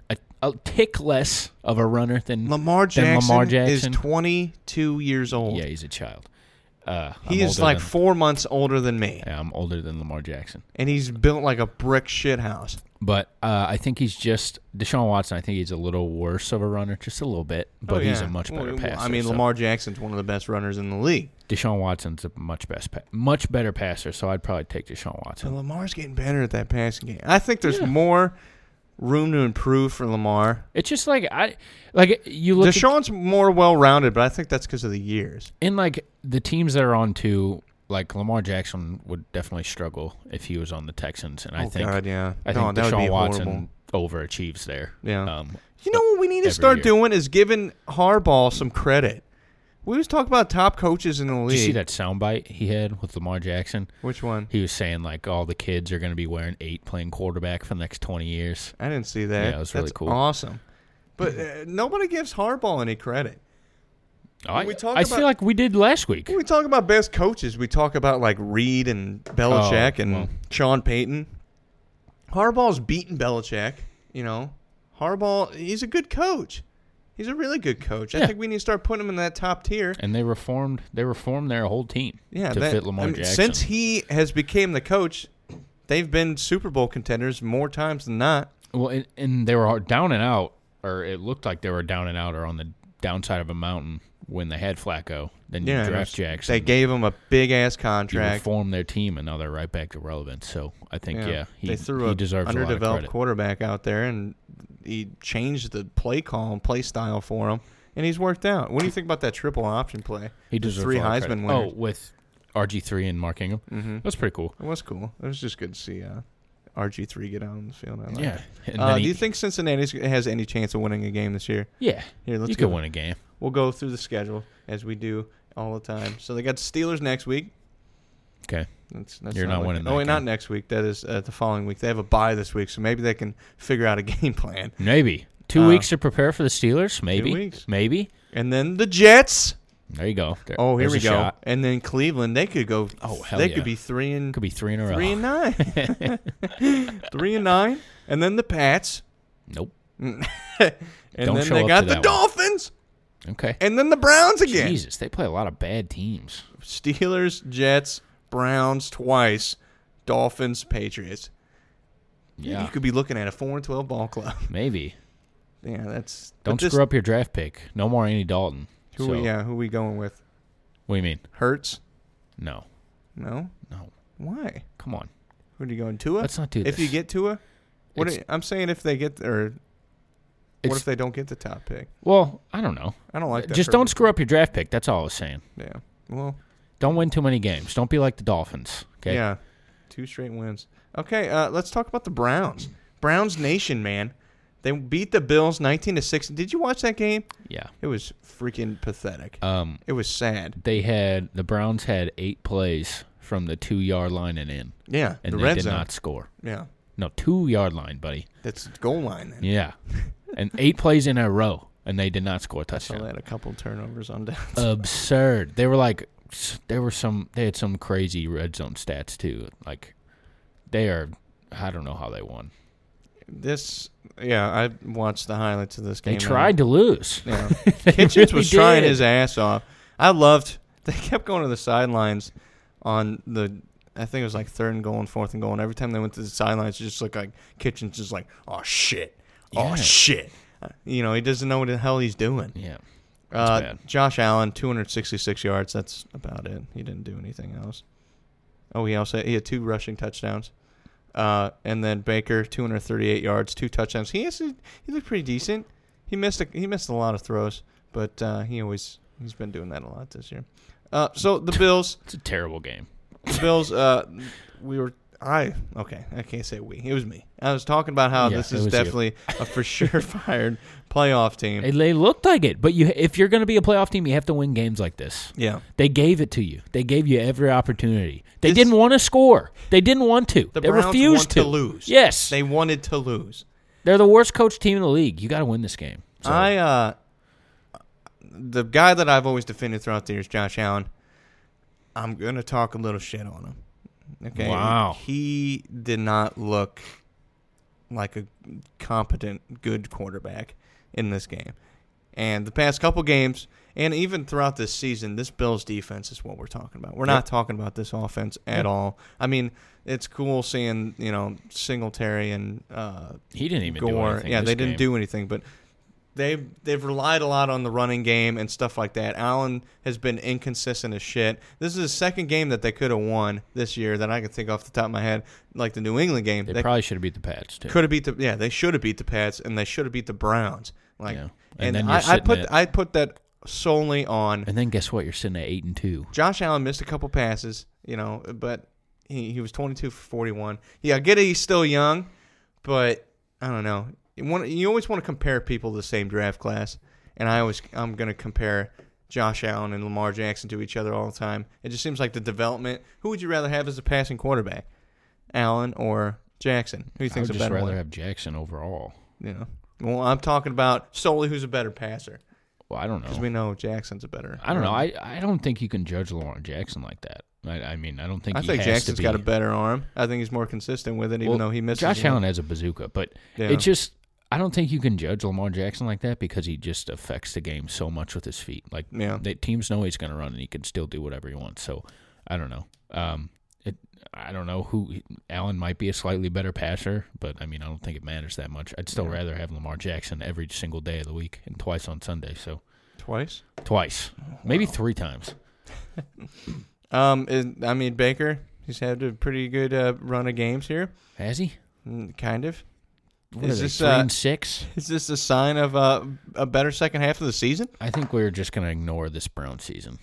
[SPEAKER 4] a, a tick less of a runner than
[SPEAKER 3] Lamar
[SPEAKER 4] than
[SPEAKER 3] Jackson,
[SPEAKER 4] Lamar Jackson.
[SPEAKER 3] is 22 years old.
[SPEAKER 4] yeah, he's a child. Uh,
[SPEAKER 3] he
[SPEAKER 4] I'm
[SPEAKER 3] is
[SPEAKER 4] older
[SPEAKER 3] like
[SPEAKER 4] than,
[SPEAKER 3] four months older than me,
[SPEAKER 4] yeah, I'm older than um, Lamar Jackson.
[SPEAKER 3] and he's built like a brick shit house.
[SPEAKER 4] But uh, I think he's just Deshaun Watson. I think he's a little worse of a runner, just a little bit, but he's
[SPEAKER 3] Oh, yeah.
[SPEAKER 4] a much better
[SPEAKER 3] Well,
[SPEAKER 4] passer.
[SPEAKER 3] I mean,
[SPEAKER 4] so-
[SPEAKER 3] Lamar Jackson's one of the best runners in the league.
[SPEAKER 4] Deshaun Watson's a much best, pa- much better passer. So I'd probably take Deshaun
[SPEAKER 3] So
[SPEAKER 4] Watson.
[SPEAKER 3] Lamar's getting better at that passing game. I think there's more room to improve for Lamar.
[SPEAKER 4] It's just like I, like you look at-
[SPEAKER 3] Deshaun's more well-rounded, but I think that's because of the years.
[SPEAKER 4] in like the teams that are on to like Lamar Jackson would definitely struggle if he was on the Texans, and I
[SPEAKER 3] Oh,
[SPEAKER 4] think
[SPEAKER 3] God, yeah.
[SPEAKER 4] I
[SPEAKER 3] No,
[SPEAKER 4] think
[SPEAKER 3] that would be horrible.
[SPEAKER 4] Deshaun Watson overachieves there.
[SPEAKER 3] Yeah.
[SPEAKER 4] Um,
[SPEAKER 3] You know what we need to
[SPEAKER 4] every
[SPEAKER 3] start
[SPEAKER 4] year.
[SPEAKER 3] doing is giving Harbaugh some credit. We was talking about top coaches in the league.
[SPEAKER 4] did you see that soundbite he had with Lamar Jackson?
[SPEAKER 3] Which one?
[SPEAKER 4] He was saying like all the kids are going to be wearing eight playing quarterback for the next twenty years.
[SPEAKER 3] I didn't see that.
[SPEAKER 4] Yeah, it was really
[SPEAKER 3] That's
[SPEAKER 4] cool.
[SPEAKER 3] Awesome. But uh, nobody gives Harbaugh any credit.
[SPEAKER 4] I,
[SPEAKER 3] we talk
[SPEAKER 4] I
[SPEAKER 3] about-
[SPEAKER 4] feel like we did last week.
[SPEAKER 3] When we talk about best coaches, we talk about like Reed and Belichick
[SPEAKER 4] Oh,
[SPEAKER 3] and
[SPEAKER 4] well.
[SPEAKER 3] Sean Payton. Harbaugh's beaten Belichick, you know. Harbaugh, he's a good coach. He's a really good coach. I
[SPEAKER 4] Yeah.
[SPEAKER 3] think we need to start putting him in that top tier.
[SPEAKER 4] And they reformed. They reformed their whole team.
[SPEAKER 3] Yeah,
[SPEAKER 4] to
[SPEAKER 3] that-
[SPEAKER 4] fit Lamar
[SPEAKER 3] I mean,
[SPEAKER 4] Jackson.
[SPEAKER 3] Since he has became the coach, they've been Super Bowl contenders more times than not.
[SPEAKER 4] well, and, and they were down and out, or it looked like they were down and out, or on the downside of a mountain when they had Flacco. Then
[SPEAKER 3] Yeah,
[SPEAKER 4] you
[SPEAKER 3] it was-
[SPEAKER 4] draft Jackson.
[SPEAKER 3] They gave him a big ass
[SPEAKER 4] you
[SPEAKER 3] contract.
[SPEAKER 4] reform their team, and now they're right back to relevance. So I think yeah, he,
[SPEAKER 3] they threw
[SPEAKER 4] he
[SPEAKER 3] a
[SPEAKER 4] deserves a lot of
[SPEAKER 3] underdeveloped
[SPEAKER 4] credit.
[SPEAKER 3] quarterback out there, and he changed the play call and play style for him, and he's worked out. What do you think about that triple option play?
[SPEAKER 4] he
[SPEAKER 3] The
[SPEAKER 4] deserves
[SPEAKER 3] three
[SPEAKER 4] a lot of
[SPEAKER 3] Heisman
[SPEAKER 4] credit.
[SPEAKER 3] winners. Mm-hmm.
[SPEAKER 4] Oh, with RG three and Mark Ingram. That's pretty cool.
[SPEAKER 3] It was cool. It was just good to see uh, RG three get out on the field. I like
[SPEAKER 4] Yeah.
[SPEAKER 3] it.
[SPEAKER 4] And
[SPEAKER 3] Uh,
[SPEAKER 4] then
[SPEAKER 3] do
[SPEAKER 4] he-
[SPEAKER 3] you think Cincinnati has any chance of winning a game this year?
[SPEAKER 4] Yeah.
[SPEAKER 3] Here, let's
[SPEAKER 4] you
[SPEAKER 3] go.
[SPEAKER 4] could win a game.
[SPEAKER 3] We'll go through the schedule as we do all the time. So they got the Steelers next week.
[SPEAKER 4] Okay.
[SPEAKER 3] That's, that's
[SPEAKER 4] You're not
[SPEAKER 3] looking-
[SPEAKER 4] winning
[SPEAKER 3] Oh,
[SPEAKER 4] that
[SPEAKER 3] wait, not
[SPEAKER 4] game.
[SPEAKER 3] next week. That is uh, the following week. They have a bye this week, so maybe they can figure out a game plan.
[SPEAKER 4] Maybe two
[SPEAKER 3] Uh,
[SPEAKER 4] weeks to prepare for the Steelers. Maybe.
[SPEAKER 3] weeks.
[SPEAKER 4] Maybe.
[SPEAKER 3] And then the Jets.
[SPEAKER 4] There you go. There-
[SPEAKER 3] Oh, here
[SPEAKER 4] there's
[SPEAKER 3] we
[SPEAKER 4] a
[SPEAKER 3] go.
[SPEAKER 4] shot.
[SPEAKER 3] And then Cleveland, they could go.
[SPEAKER 4] Oh, hell
[SPEAKER 3] They
[SPEAKER 4] yeah.
[SPEAKER 3] could be three and
[SPEAKER 4] Could be three in a row.
[SPEAKER 3] three and nine, three and nine, and then the Pats,
[SPEAKER 4] Nope.
[SPEAKER 3] and
[SPEAKER 4] Don't
[SPEAKER 3] then
[SPEAKER 4] show
[SPEAKER 3] they
[SPEAKER 4] up
[SPEAKER 3] got
[SPEAKER 4] to
[SPEAKER 3] the
[SPEAKER 4] that one.
[SPEAKER 3] Dolphins,
[SPEAKER 4] Okay.
[SPEAKER 3] and then the Browns again.
[SPEAKER 4] Jesus, they play a lot of bad teams.
[SPEAKER 3] Steelers, Jets, Browns twice, Dolphins, Patriots.
[SPEAKER 4] Yeah,
[SPEAKER 3] You could be looking at a four and twelve ball club.
[SPEAKER 4] maybe.
[SPEAKER 3] Yeah, that's but
[SPEAKER 4] Don't
[SPEAKER 3] this-
[SPEAKER 4] screw up your draft pick. No more Andy Dalton.
[SPEAKER 3] Who
[SPEAKER 4] So-
[SPEAKER 3] we, yeah, who we going with?
[SPEAKER 4] What do you mean?
[SPEAKER 3] Hurts?
[SPEAKER 4] No,
[SPEAKER 3] No.
[SPEAKER 4] no.
[SPEAKER 3] Why?
[SPEAKER 4] Come on.
[SPEAKER 3] Who do you going Tua?
[SPEAKER 4] Let's not do
[SPEAKER 3] If
[SPEAKER 4] this.
[SPEAKER 3] you get Tua, what
[SPEAKER 4] It's-
[SPEAKER 3] do- I'm saying if they get or what
[SPEAKER 4] It's-
[SPEAKER 3] if they don't get the top pick?
[SPEAKER 4] Well, I don't know.
[SPEAKER 3] I don't like that.
[SPEAKER 4] Just
[SPEAKER 3] for-
[SPEAKER 4] don't screw up your draft pick. That's all I was saying.
[SPEAKER 3] Yeah. Well.
[SPEAKER 4] Don't win too many games. Don't be like the Dolphins. Okay.
[SPEAKER 3] Yeah. Two straight wins. Okay. Uh, let's talk about the Browns. Browns Nation, man. They beat the Bills 19 to six. Did you watch that game?
[SPEAKER 4] Yeah.
[SPEAKER 3] It was freaking pathetic.
[SPEAKER 4] Um,
[SPEAKER 3] it was sad.
[SPEAKER 4] they had the Browns had eight plays from the two yard line and in,
[SPEAKER 3] Yeah.
[SPEAKER 4] and
[SPEAKER 3] the
[SPEAKER 4] they
[SPEAKER 3] red
[SPEAKER 4] did
[SPEAKER 3] zone.
[SPEAKER 4] not score.
[SPEAKER 3] Yeah.
[SPEAKER 4] No, two yard line, buddy.
[SPEAKER 3] That's the goal line. Then.
[SPEAKER 4] Yeah, and eight plays in a row, and they did not score a
[SPEAKER 3] So
[SPEAKER 4] touchdown.
[SPEAKER 3] they had a couple turnovers on downs.
[SPEAKER 4] absurd. They were like, s- they were some, they had some crazy red zone stats too. Like, they are, I don't know how they won.
[SPEAKER 3] This, yeah, I watched the highlights of this
[SPEAKER 4] They
[SPEAKER 3] game.
[SPEAKER 4] tried to lose.
[SPEAKER 3] Yeah.
[SPEAKER 4] They
[SPEAKER 3] Kitchens
[SPEAKER 4] really
[SPEAKER 3] was trying
[SPEAKER 4] did.
[SPEAKER 3] his ass off. I loved. They kept going to the sidelines on the. I think it was like third and goal and fourth and goal. And every time they went to the sidelines, it just looked like Kitchens just like, oh shit,
[SPEAKER 4] Yeah.
[SPEAKER 3] oh shit. You know, he doesn't know what the hell he's doing.
[SPEAKER 4] Yeah.
[SPEAKER 3] Uh,
[SPEAKER 4] bad.
[SPEAKER 3] Josh Allen, 266 yards. That's about it. He didn't do anything else. Oh, he also he had two rushing touchdowns. Uh, and then Baker, 238 yards, two touchdowns. He actually, he looked pretty decent. He missed a, he missed a lot of throws, but uh, he always he's been doing that a lot this year. Uh, so the Bills,
[SPEAKER 4] It's a terrible game.
[SPEAKER 3] the Bills. Uh, we were I okay. I can't say we. It was me. I was talking about how
[SPEAKER 4] Yeah,
[SPEAKER 3] this
[SPEAKER 4] it
[SPEAKER 3] is
[SPEAKER 4] was you.
[SPEAKER 3] definitely a for sure fired playoff team.
[SPEAKER 4] They, they looked like it, but you, if you're going to be a playoff team, you have to win games like this.
[SPEAKER 3] yeah.
[SPEAKER 4] They gave it to you. They gave you every opportunity. They
[SPEAKER 3] This-
[SPEAKER 4] didn't want to score. They didn't want to.
[SPEAKER 3] The
[SPEAKER 4] they
[SPEAKER 3] Browns
[SPEAKER 4] refused
[SPEAKER 3] want to. lose.
[SPEAKER 4] Yes,
[SPEAKER 3] they wanted to lose.
[SPEAKER 4] they're the worst coach team in the league. You got to win this game. So,
[SPEAKER 3] I uh, the guy that I've always defended throughout the years, Josh Allen. I'm gonna talk a little shit on him. Okay.
[SPEAKER 4] Wow.
[SPEAKER 3] He did not look like a competent, good quarterback in this game, And the past couple games, and even throughout this season, this Bills defense is what we're talking about. We're not talking about this offense at all. I mean, it's cool seeing you know Singletary and uh,
[SPEAKER 4] He didn't even do
[SPEAKER 3] Gore.
[SPEAKER 4] anything.
[SPEAKER 3] Yeah,
[SPEAKER 4] this
[SPEAKER 3] they didn't
[SPEAKER 4] game.
[SPEAKER 3] do anything, but they they've relied a lot on the running game and stuff like that. Allen has been inconsistent as shit. This is the second game that they could have won this year that I can think off the top of my head, like the New England game.
[SPEAKER 4] They,
[SPEAKER 3] They
[SPEAKER 4] probably should have beat the Pats too.
[SPEAKER 3] could have beat the yeah they should have beat the Pats and they should have beat the Browns. Like
[SPEAKER 4] Yeah.
[SPEAKER 3] and,
[SPEAKER 4] And then you're
[SPEAKER 3] I, I
[SPEAKER 4] sitting
[SPEAKER 3] put
[SPEAKER 4] at-
[SPEAKER 3] I put that solely on
[SPEAKER 4] and then guess what? You're sitting at eight and two.
[SPEAKER 3] Josh Allen missed a couple passes, you know, but he, he was 22 for 41. Yeah, I get it. He's still young, but I don't know. You, want, you always want to compare people to the same draft class, and I always I'm going to compare Josh Allen and Lamar Jackson to each other all the time. It just seems like the development. Who would you rather have as a passing quarterback, Allen or Jackson? Who do you
[SPEAKER 4] I
[SPEAKER 3] think's
[SPEAKER 4] would
[SPEAKER 3] a
[SPEAKER 4] just
[SPEAKER 3] better
[SPEAKER 4] rather
[SPEAKER 3] one?
[SPEAKER 4] have Jackson overall.
[SPEAKER 3] You know, well, I'm talking about solely who's a better passer
[SPEAKER 4] Well, I don't know.
[SPEAKER 3] because we know Jackson's a better.
[SPEAKER 4] Oh. I don't know. I, I don't think you can judge Lamar Jackson like that. I, I mean, I don't think
[SPEAKER 3] I
[SPEAKER 4] he
[SPEAKER 3] think
[SPEAKER 4] has
[SPEAKER 3] Jackson's
[SPEAKER 4] to be.
[SPEAKER 3] got a better arm. I think he's more consistent with it, even
[SPEAKER 4] Well,
[SPEAKER 3] though he misses.
[SPEAKER 4] Josh
[SPEAKER 3] one.
[SPEAKER 4] Allen has a bazooka, but
[SPEAKER 3] Yeah.
[SPEAKER 4] it just I don't think you can judge Lamar Jackson like that because he just affects the game so much with his feet. Like
[SPEAKER 3] Yeah.
[SPEAKER 4] the teams know he's going to run and he can still do whatever he wants. So I don't know. Um, it I don't know who Allen might be a slightly better passer, but I mean I don't think it matters that much. I'd still rather have Lamar Jackson every single day of the week and twice on Sunday. So
[SPEAKER 3] twice.
[SPEAKER 4] twice, maybe three times.
[SPEAKER 3] Um, and- I mean Baker, he's had a pretty good uh, run of games here,
[SPEAKER 4] Has he?
[SPEAKER 3] Mm, kind of.
[SPEAKER 4] What
[SPEAKER 3] Is
[SPEAKER 4] are they,
[SPEAKER 3] this,
[SPEAKER 4] three
[SPEAKER 3] uh,
[SPEAKER 4] and six?
[SPEAKER 3] Is this a sign of uh, a better second half of the season?
[SPEAKER 4] I think we're just going to ignore this Brown season.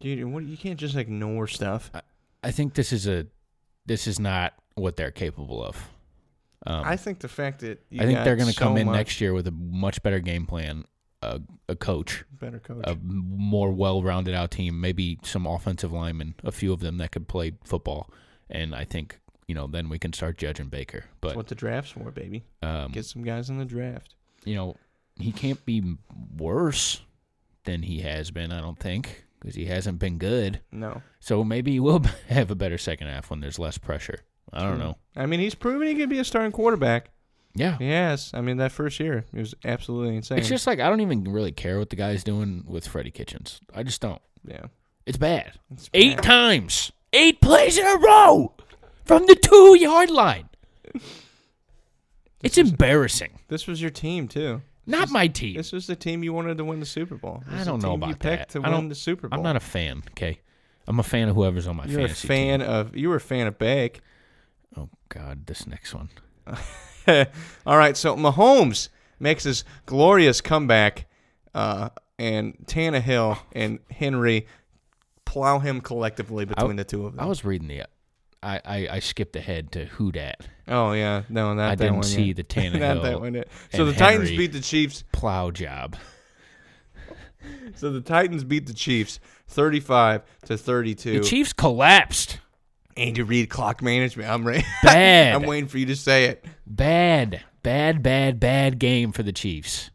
[SPEAKER 3] You, what, you can't just ignore stuff.
[SPEAKER 4] I think this is a this is not what they're capable of. Um,
[SPEAKER 3] I think the fact that you
[SPEAKER 4] I think
[SPEAKER 3] got
[SPEAKER 4] they're going to
[SPEAKER 3] so
[SPEAKER 4] come in
[SPEAKER 3] much
[SPEAKER 4] next year with a much better game plan, a, a coach,
[SPEAKER 3] better coach.
[SPEAKER 4] a more well-rounded out team, maybe some offensive linemen, a few of them that could play football, and I think you know then we can start judging Baker.
[SPEAKER 3] That's
[SPEAKER 4] But
[SPEAKER 3] what the draft's for, baby.
[SPEAKER 4] um,
[SPEAKER 3] Get some guys in the draft.
[SPEAKER 4] you know he can't be worse than he has been. I don't think because he hasn't been good.
[SPEAKER 3] No,
[SPEAKER 4] So maybe he will have a better second half when there's less pressure. I don't know.
[SPEAKER 3] I mean he's proven he can be a starting quarterback.
[SPEAKER 4] Yeah.
[SPEAKER 3] Yes, I mean that first year he was absolutely insane.
[SPEAKER 4] It's just like I don't even really care what the guy's doing with Freddie Kitchens. I just don't.
[SPEAKER 3] yeah,
[SPEAKER 4] It's bad.
[SPEAKER 3] It's
[SPEAKER 4] Eight
[SPEAKER 3] bad.
[SPEAKER 4] times. Eight plays in a row from the two yard line. It's embarrassing.
[SPEAKER 3] this was your team too.
[SPEAKER 4] Not my team.
[SPEAKER 3] This was the team you wanted to win the Super Bowl. This
[SPEAKER 4] I
[SPEAKER 3] is
[SPEAKER 4] don't
[SPEAKER 3] the
[SPEAKER 4] know
[SPEAKER 3] team
[SPEAKER 4] about
[SPEAKER 3] you picked
[SPEAKER 4] that.
[SPEAKER 3] to
[SPEAKER 4] I
[SPEAKER 3] win
[SPEAKER 4] don't,
[SPEAKER 3] the Super Bowl.
[SPEAKER 4] I'm not a fan. Okay, I'm a fan of whoever's on my
[SPEAKER 3] You're a
[SPEAKER 4] fantasy
[SPEAKER 3] fan of. You were a fan of Beck.
[SPEAKER 4] team. Oh God, this next one.
[SPEAKER 3] All right, so Mahomes makes his glorious comeback, uh, and Tannehill and Henry plow him collectively between the two of them.
[SPEAKER 4] I was reading the. I, I, I skipped ahead to who dat
[SPEAKER 3] oh yeah, no, not
[SPEAKER 4] I
[SPEAKER 3] that
[SPEAKER 4] didn't
[SPEAKER 3] one
[SPEAKER 4] see
[SPEAKER 3] yet.
[SPEAKER 4] the
[SPEAKER 3] not that
[SPEAKER 4] Tannehill
[SPEAKER 3] one yet. So
[SPEAKER 4] and
[SPEAKER 3] the Titans
[SPEAKER 4] Henry.
[SPEAKER 3] beat the Chiefs.
[SPEAKER 4] plow job.
[SPEAKER 3] So the Titans beat the Chiefs, thirty-five to thirty-two.
[SPEAKER 4] The Chiefs collapsed.
[SPEAKER 3] Andy Reid clock management. I'm ready.
[SPEAKER 4] Bad.
[SPEAKER 3] I'm waiting for you to say it.
[SPEAKER 4] Bad, bad, bad, bad game for the Chiefs.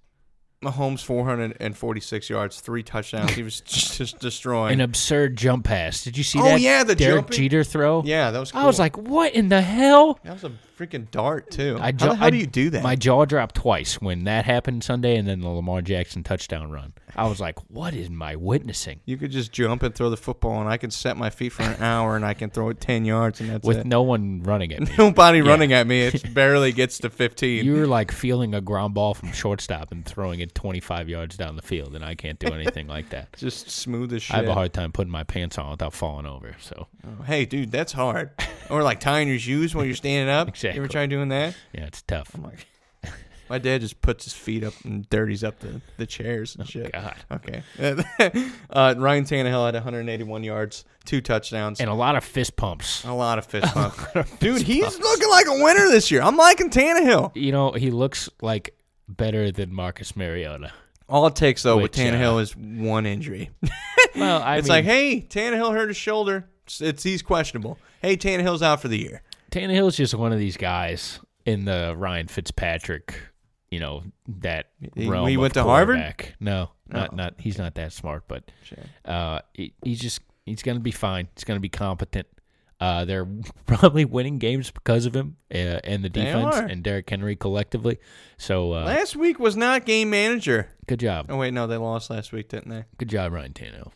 [SPEAKER 3] Mahomes 446 yards, three touchdowns. He was just, just destroying.
[SPEAKER 4] An absurd jump pass. Did you see
[SPEAKER 3] Oh,
[SPEAKER 4] that?
[SPEAKER 3] yeah, the
[SPEAKER 4] Derek
[SPEAKER 3] jumping-
[SPEAKER 4] Jeter throw.
[SPEAKER 3] yeah, that was. Cool.
[SPEAKER 4] I was like, what in the hell?
[SPEAKER 3] that was a freaking dart too.
[SPEAKER 4] I
[SPEAKER 3] how
[SPEAKER 4] ju-
[SPEAKER 3] the hell
[SPEAKER 4] I-
[SPEAKER 3] do you do that?
[SPEAKER 4] My jaw dropped twice when that happened Sunday, and then the Lamar Jackson touchdown run. I was like, what is my witnessing?
[SPEAKER 3] you could just jump and throw the football, and I can set my feet for an hour, and I can throw it 10 yards, and that's
[SPEAKER 4] With
[SPEAKER 3] it.
[SPEAKER 4] no one running at me.
[SPEAKER 3] Nobody
[SPEAKER 4] Yeah.
[SPEAKER 3] running at me. It barely gets to 15.
[SPEAKER 4] You were like feeling a ground ball from shortstop and throwing it 25 yards down the field, and I can't do anything like that.
[SPEAKER 3] just smooth as shit.
[SPEAKER 4] I have a hard time putting my pants on without falling over. So,
[SPEAKER 3] hey, dude, that's hard. Or like tying your shoes while you're standing up. You ever
[SPEAKER 4] Exactly.
[SPEAKER 3] try doing that?
[SPEAKER 4] yeah, it's tough.
[SPEAKER 3] Oh My dad just puts his feet up and dirties up the, the chairs and shit.
[SPEAKER 4] Oh, God.
[SPEAKER 3] Okay. uh, Ryan Tannehill had 181 yards, two touchdowns,
[SPEAKER 4] and a lot of fist pumps.
[SPEAKER 3] a lot of fist bumps. Dude, he's looking like a winner this year. I'm liking Tannehill.
[SPEAKER 4] You know, he looks like better than Marcus Mariota.
[SPEAKER 3] All it takes though
[SPEAKER 4] Which,
[SPEAKER 3] with Tannehill
[SPEAKER 4] uh,
[SPEAKER 3] is one injury.
[SPEAKER 4] Well, I
[SPEAKER 3] it's
[SPEAKER 4] mean,
[SPEAKER 3] like, hey, Tannehill hurt his shoulder. It's, it's he's questionable. Hey, Tannehill's out for the year.
[SPEAKER 4] Tannehill's just one of these guys in the Ryan Fitzpatrick, you know, that
[SPEAKER 3] He-
[SPEAKER 4] realm.
[SPEAKER 3] he
[SPEAKER 4] of
[SPEAKER 3] went to Harvard?
[SPEAKER 4] quarterback. No, not not. He's not that smart, but uh, he, he's just he's gonna be fine. He's gonna be competent. Uh, Uh, they're probably winning games because of him uh, and the
[SPEAKER 3] They
[SPEAKER 4] defense
[SPEAKER 3] are.
[SPEAKER 4] and Derrick Henry collectively. So uh,
[SPEAKER 3] Last week was not game manager.
[SPEAKER 4] good job,
[SPEAKER 3] Oh wait, no, they lost last week, didn't they?
[SPEAKER 4] good job, Ryan Tannehill.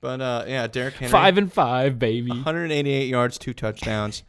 [SPEAKER 3] But uh, yeah, Derrick Henry,
[SPEAKER 4] Five and five, baby.
[SPEAKER 3] 188 yards, two touchdowns.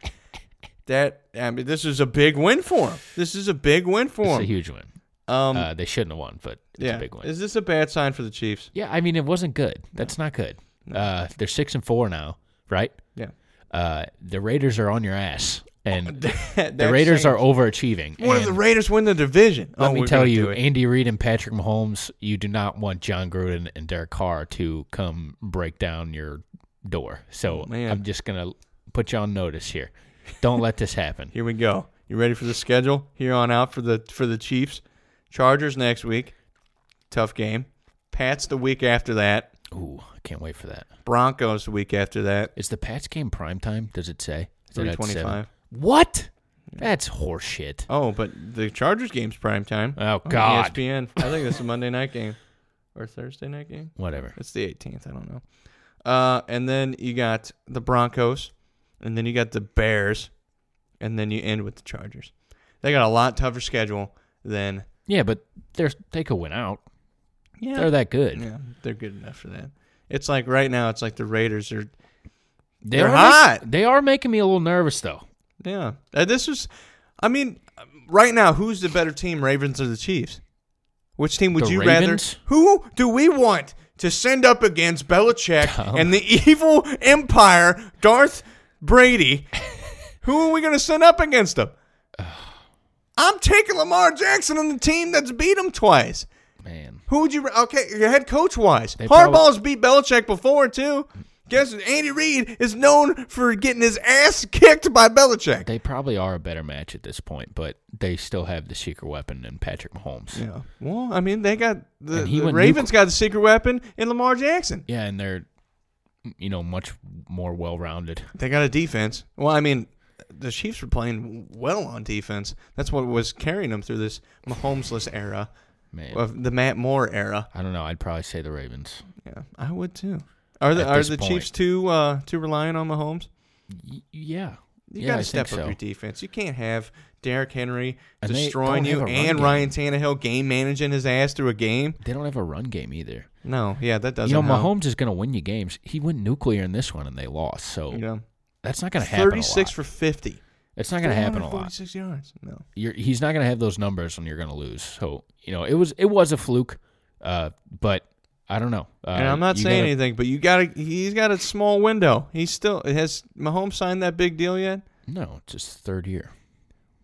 [SPEAKER 3] that I mean, this is a big win for him. This is a big win for
[SPEAKER 4] It's
[SPEAKER 3] him.
[SPEAKER 4] a huge win.
[SPEAKER 3] um,
[SPEAKER 4] uh, they shouldn't have won, but it's
[SPEAKER 3] yeah,
[SPEAKER 4] a big win.
[SPEAKER 3] is this a bad sign for the Chiefs?
[SPEAKER 4] yeah, I mean it wasn't good. That's not good. Uh, they're six and four now, right?
[SPEAKER 3] Yeah,
[SPEAKER 4] Uh, the Raiders are on your ass, and the
[SPEAKER 3] That
[SPEAKER 4] Raiders are
[SPEAKER 3] changed.
[SPEAKER 4] overachieving.
[SPEAKER 3] What if
[SPEAKER 4] and
[SPEAKER 3] the Raiders win the division?
[SPEAKER 4] Let
[SPEAKER 3] Oh,
[SPEAKER 4] me
[SPEAKER 3] we're
[SPEAKER 4] tell
[SPEAKER 3] gonna
[SPEAKER 4] you,
[SPEAKER 3] do it.
[SPEAKER 4] Andy Reid and Patrick Mahomes, you do not want John Gruden and Derek Carr to come break down your door. So
[SPEAKER 3] Oh, man.
[SPEAKER 4] I'm just gonna put you on notice here. Don't let this happen.
[SPEAKER 3] Here we go. You ready for the schedule here on out for the for the Chiefs? Chargers next week, tough game. Pats the week after that.
[SPEAKER 4] Ooh, I can't wait for that.
[SPEAKER 3] Broncos the week after that.
[SPEAKER 4] Is the Pats game prime time? Does it say? Is it
[SPEAKER 3] Three
[SPEAKER 4] at seven?
[SPEAKER 3] twenty-five.
[SPEAKER 4] What? That's horseshit.
[SPEAKER 3] Oh, but the Chargers game's prime time.
[SPEAKER 4] Oh,
[SPEAKER 3] on E
[SPEAKER 4] God.
[SPEAKER 3] ESPN. I think this is a Monday night game or Thursday night game.
[SPEAKER 4] Whatever.
[SPEAKER 3] It's the 18th. I don't know. Uh, and then you got the Broncos, and then you got the Bears, and then you end with the Chargers. They got a lot tougher schedule than
[SPEAKER 4] Yeah, but they're they could win out.
[SPEAKER 3] yeah.
[SPEAKER 4] They're that good.
[SPEAKER 3] Yeah, they're good enough for that. It's like right now, it's like the Raiders are.
[SPEAKER 4] They
[SPEAKER 3] They're
[SPEAKER 4] are
[SPEAKER 3] hot.
[SPEAKER 4] they are making me a little nervous though.
[SPEAKER 3] Yeah, Uh, this is. I mean, right now, who's the better team, Ravens or the Chiefs? Which team would
[SPEAKER 4] The
[SPEAKER 3] you
[SPEAKER 4] Ravens?
[SPEAKER 3] rather? Who do we want to send up against Belichick and the evil empire, Darth Brady? who are we going to send up against him? I'm taking Lamar Jackson on the team that's beat him twice.
[SPEAKER 4] Man.
[SPEAKER 3] Who would you? Okay, your head coach wise,
[SPEAKER 4] They prob-
[SPEAKER 3] Harbaugh's beat Belichick before too. Guess what? Andy Reid is known for getting his ass kicked by Belichick.
[SPEAKER 4] They probably are a better match at this point, but they still have the secret weapon in Patrick Mahomes. Yeah,
[SPEAKER 3] yeah. Well, I mean, they got the,
[SPEAKER 4] And he
[SPEAKER 3] the
[SPEAKER 4] went
[SPEAKER 3] Ravens
[SPEAKER 4] nuke-
[SPEAKER 3] got the secret weapon in Lamar Jackson.
[SPEAKER 4] and they're you know, much more well rounded.
[SPEAKER 3] They got a defense. Well, I mean, the Chiefs were playing well on defense. That's what was carrying them through this Mahomesless era,
[SPEAKER 4] Man.
[SPEAKER 3] of the Matt Moore era.
[SPEAKER 4] I don't know, I'd probably say the Ravens.
[SPEAKER 3] Yeah, I would too. Are the
[SPEAKER 4] At
[SPEAKER 3] are
[SPEAKER 4] this
[SPEAKER 3] the
[SPEAKER 4] point.
[SPEAKER 3] Chiefs too uh, too reliant on Mahomes?
[SPEAKER 4] Y- yeah.
[SPEAKER 3] You
[SPEAKER 4] yeah,
[SPEAKER 3] got
[SPEAKER 4] I
[SPEAKER 3] to step up
[SPEAKER 4] think so.
[SPEAKER 3] your defense. You can't have Derrick Henry
[SPEAKER 4] And they
[SPEAKER 3] destroying
[SPEAKER 4] don't
[SPEAKER 3] you
[SPEAKER 4] have a run
[SPEAKER 3] and
[SPEAKER 4] game.
[SPEAKER 3] Ryan Tannehill game managing his ass through a game.
[SPEAKER 4] They don't have a run game either.
[SPEAKER 3] No, yeah, that doesn't.
[SPEAKER 4] you know,
[SPEAKER 3] help.
[SPEAKER 4] Mahomes is going to win you games. He went nuclear in this one and they lost. So
[SPEAKER 3] You know,
[SPEAKER 4] that's not going to happen. a
[SPEAKER 3] thirty-six
[SPEAKER 4] lot.
[SPEAKER 3] for fifty.
[SPEAKER 4] It's not going to happen a lot.
[SPEAKER 3] Forty-six yards. No.
[SPEAKER 4] you're, he's not going to have those numbers when you're going to lose. So you know it was it was a fluke, uh, but I don't know. Uh,
[SPEAKER 3] and I'm not
[SPEAKER 4] you
[SPEAKER 3] saying
[SPEAKER 4] gotta-
[SPEAKER 3] anything, but you got to. He's got a small window. He's still has Mahomes signed that big deal yet?
[SPEAKER 4] No, it's his third year.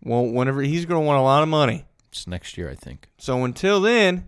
[SPEAKER 3] Well, whenever he's going to want a lot of money.
[SPEAKER 4] It's next year, I think.
[SPEAKER 3] So until then,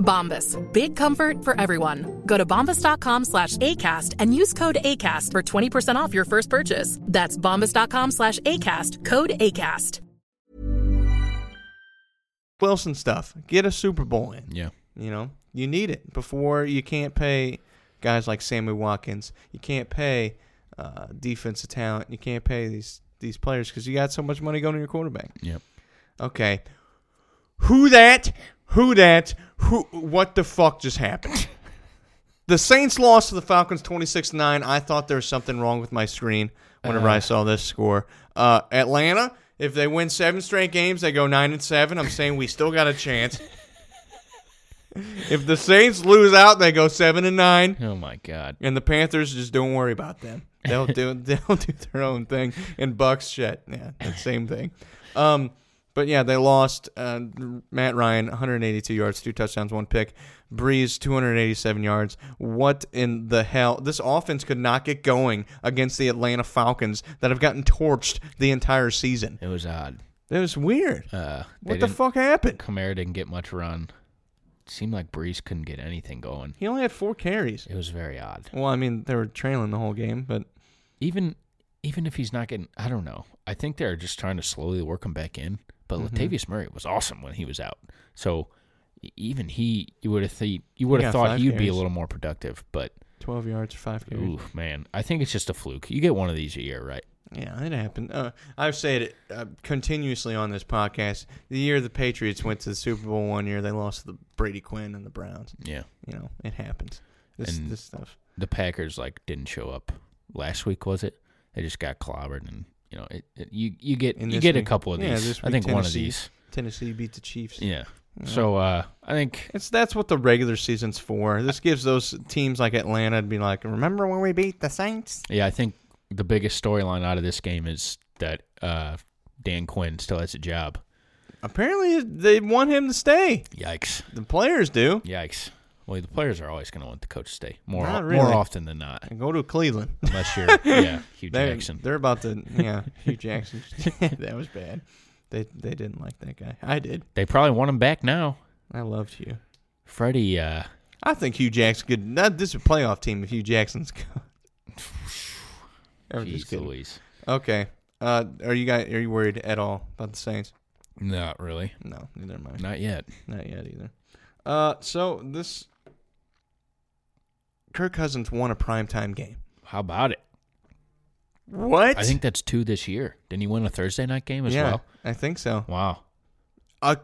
[SPEAKER 6] Bombas. Big comfort for everyone. Go to bombas.com slash ACAST and use code ACAST for 20% off your first purchase. That's bombas.com slash ACAST. Code ACAST.
[SPEAKER 3] Wilson stuff. Get a Super Bowl in.
[SPEAKER 4] Yeah,
[SPEAKER 3] You know, you need it before you can't pay guys like Sammy Watkins. You can't pay uh, defensive talent. You can't pay these these players because you got so much money going to your quarterback.
[SPEAKER 4] yep.
[SPEAKER 3] Okay, who that? Who that? Who? What the fuck just happened? the Saints lost to the Falcons twenty six nine. I thought there was something wrong with my screen whenever I saw this score. Uh, Atlanta. If they win seven straight games, they go nine and seven. I'm saying we still got a chance. If the Saints lose out, they go seven and nine,
[SPEAKER 4] Oh my God.
[SPEAKER 3] and the Panthers just don't worry about them. They'll do they'll do their own thing. And Bucks shit, yeah, that same thing. Um, But yeah, they lost. Uh, Matt Ryan, 182 yards, two touchdowns, one pick. Breeze, 287 yards. What in the hell? This offense could not get going against the Atlanta Falcons that have gotten torched the entire season.
[SPEAKER 4] It was odd.
[SPEAKER 3] It was weird.
[SPEAKER 4] Uh, they
[SPEAKER 3] what the
[SPEAKER 4] didn't-
[SPEAKER 3] fuck happened?
[SPEAKER 4] Kamara didn't get much run. seemed like Breeze couldn't get anything going.
[SPEAKER 3] He only had four carries.
[SPEAKER 4] It was very odd.
[SPEAKER 3] Well, I mean, they were trailing the whole game, but
[SPEAKER 4] Even even if he's not getting, I don't know. I think they're just trying to slowly work him back in. But
[SPEAKER 3] Mm-hmm.
[SPEAKER 4] Latavius Murray was awesome when he was out. So e- even he, you would have th- you would
[SPEAKER 3] got
[SPEAKER 4] have thought
[SPEAKER 3] five
[SPEAKER 4] he'd be a
[SPEAKER 3] carries.
[SPEAKER 4] little more productive. But
[SPEAKER 3] 12 yards, five carries.
[SPEAKER 4] ooh, man, I think it's just a fluke. You get one of these a year, right?
[SPEAKER 3] Yeah, it happened. Uh, I've said it uh, continuously on this podcast. The year the Patriots went to the Super Bowl one year, they lost to the Brady Quinn and the Browns.
[SPEAKER 4] Yeah.
[SPEAKER 3] You know, it happens. This
[SPEAKER 4] And-
[SPEAKER 3] this stuff.
[SPEAKER 4] the Packers like didn't show up last week, was it? They just got clobbered, and you know, it, it, you you get
[SPEAKER 3] And
[SPEAKER 4] you
[SPEAKER 3] this
[SPEAKER 4] get
[SPEAKER 3] week-
[SPEAKER 4] a couple of these.
[SPEAKER 3] Yeah, this
[SPEAKER 4] I
[SPEAKER 3] week
[SPEAKER 4] think one of
[SPEAKER 3] Tennessee-
[SPEAKER 4] these.
[SPEAKER 3] Tennessee beat the Chiefs.
[SPEAKER 4] Yeah. So uh, I think
[SPEAKER 3] It's that's what the regular season's for. This gives those teams like Atlanta to be like, remember when we beat the Saints?
[SPEAKER 4] yeah, I think the biggest storyline out of this game is that uh, Dan Quinn still has a job.
[SPEAKER 3] Apparently, they want him to stay.
[SPEAKER 4] Yikes!
[SPEAKER 3] The players do.
[SPEAKER 4] Yikes! Well, the players are always going to want the coach to stay more
[SPEAKER 3] Not
[SPEAKER 4] more
[SPEAKER 3] really.
[SPEAKER 4] often than not,
[SPEAKER 3] And go to Cleveland.
[SPEAKER 4] unless you're yeah Hugh
[SPEAKER 3] They're,
[SPEAKER 4] Jackson.
[SPEAKER 3] they're about to. Yeah, Hugh Jackson. that was bad. They they didn't like that guy. I did.
[SPEAKER 4] They probably want him back now.
[SPEAKER 3] I loved Hugh.
[SPEAKER 4] Freddie, uh,
[SPEAKER 3] I think Hugh Jackson could. Not, this is a playoff team if Hugh Jackson's gone. I'm Oh, just
[SPEAKER 4] geez
[SPEAKER 3] kidding.
[SPEAKER 4] Louise.
[SPEAKER 3] Okay. Uh, are you guys are you worried at all about the Saints?
[SPEAKER 4] Not really.
[SPEAKER 3] No, neither am I.
[SPEAKER 4] Not yet.
[SPEAKER 3] Not yet either. Uh, so this Kirk Cousins won a primetime game.
[SPEAKER 4] How about it?
[SPEAKER 3] What?
[SPEAKER 4] I think that's two this year. Didn't he win a Thursday night game as
[SPEAKER 3] yeah,
[SPEAKER 4] well?
[SPEAKER 3] I think so.
[SPEAKER 4] Wow.
[SPEAKER 3] A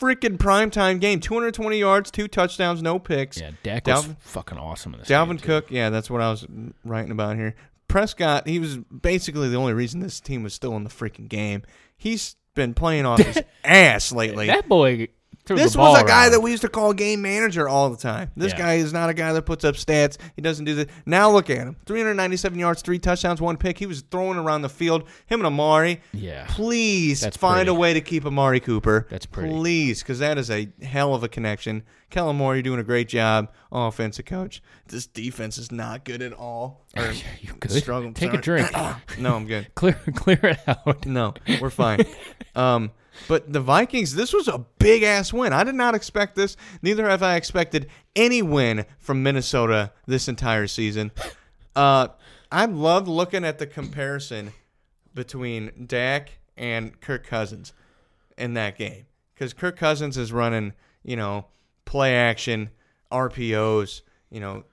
[SPEAKER 3] freaking primetime game. 220 yards, two touchdowns, no picks.
[SPEAKER 4] Yeah, Dak was
[SPEAKER 3] Dalvin-
[SPEAKER 4] fucking awesome in this game,
[SPEAKER 3] Dalvin
[SPEAKER 4] too.
[SPEAKER 3] Cook, yeah, that's what I was writing about here. Prescott, he was basically the only reason this team was still in the freaking game. He's been playing off his ass lately.
[SPEAKER 4] That boy threw
[SPEAKER 3] this
[SPEAKER 4] the ball
[SPEAKER 3] was a guy
[SPEAKER 4] around.
[SPEAKER 3] that we used to call game manager all the time. This
[SPEAKER 4] Yeah.
[SPEAKER 3] guy is not a guy that puts up stats. He doesn't do that. Now look at him: 397 yards, three touchdowns, one pick. He was throwing around the field. Him and Amari.
[SPEAKER 4] Yeah.
[SPEAKER 3] Please
[SPEAKER 4] That's
[SPEAKER 3] find a
[SPEAKER 4] pretty.
[SPEAKER 3] way to keep Amari Cooper.
[SPEAKER 4] That's pretty.
[SPEAKER 3] Please, because that is a hell of a connection. Kellen Moore, you're doing a great job, offensive coach. This defense is not good at all. Or
[SPEAKER 4] You good?
[SPEAKER 3] struggling.
[SPEAKER 4] Take a drink.
[SPEAKER 3] no, I'm good.
[SPEAKER 4] clear clear it out.
[SPEAKER 3] No, we're fine. um, but the Vikings, this was a big ass win. I did not expect this. Neither have I expected any win from Minnesota this entire season. Uh, I love looking at the comparison between Dak and Kirk Cousins in that game because Kirk Cousins is running, you know, play action, RPOs, you know,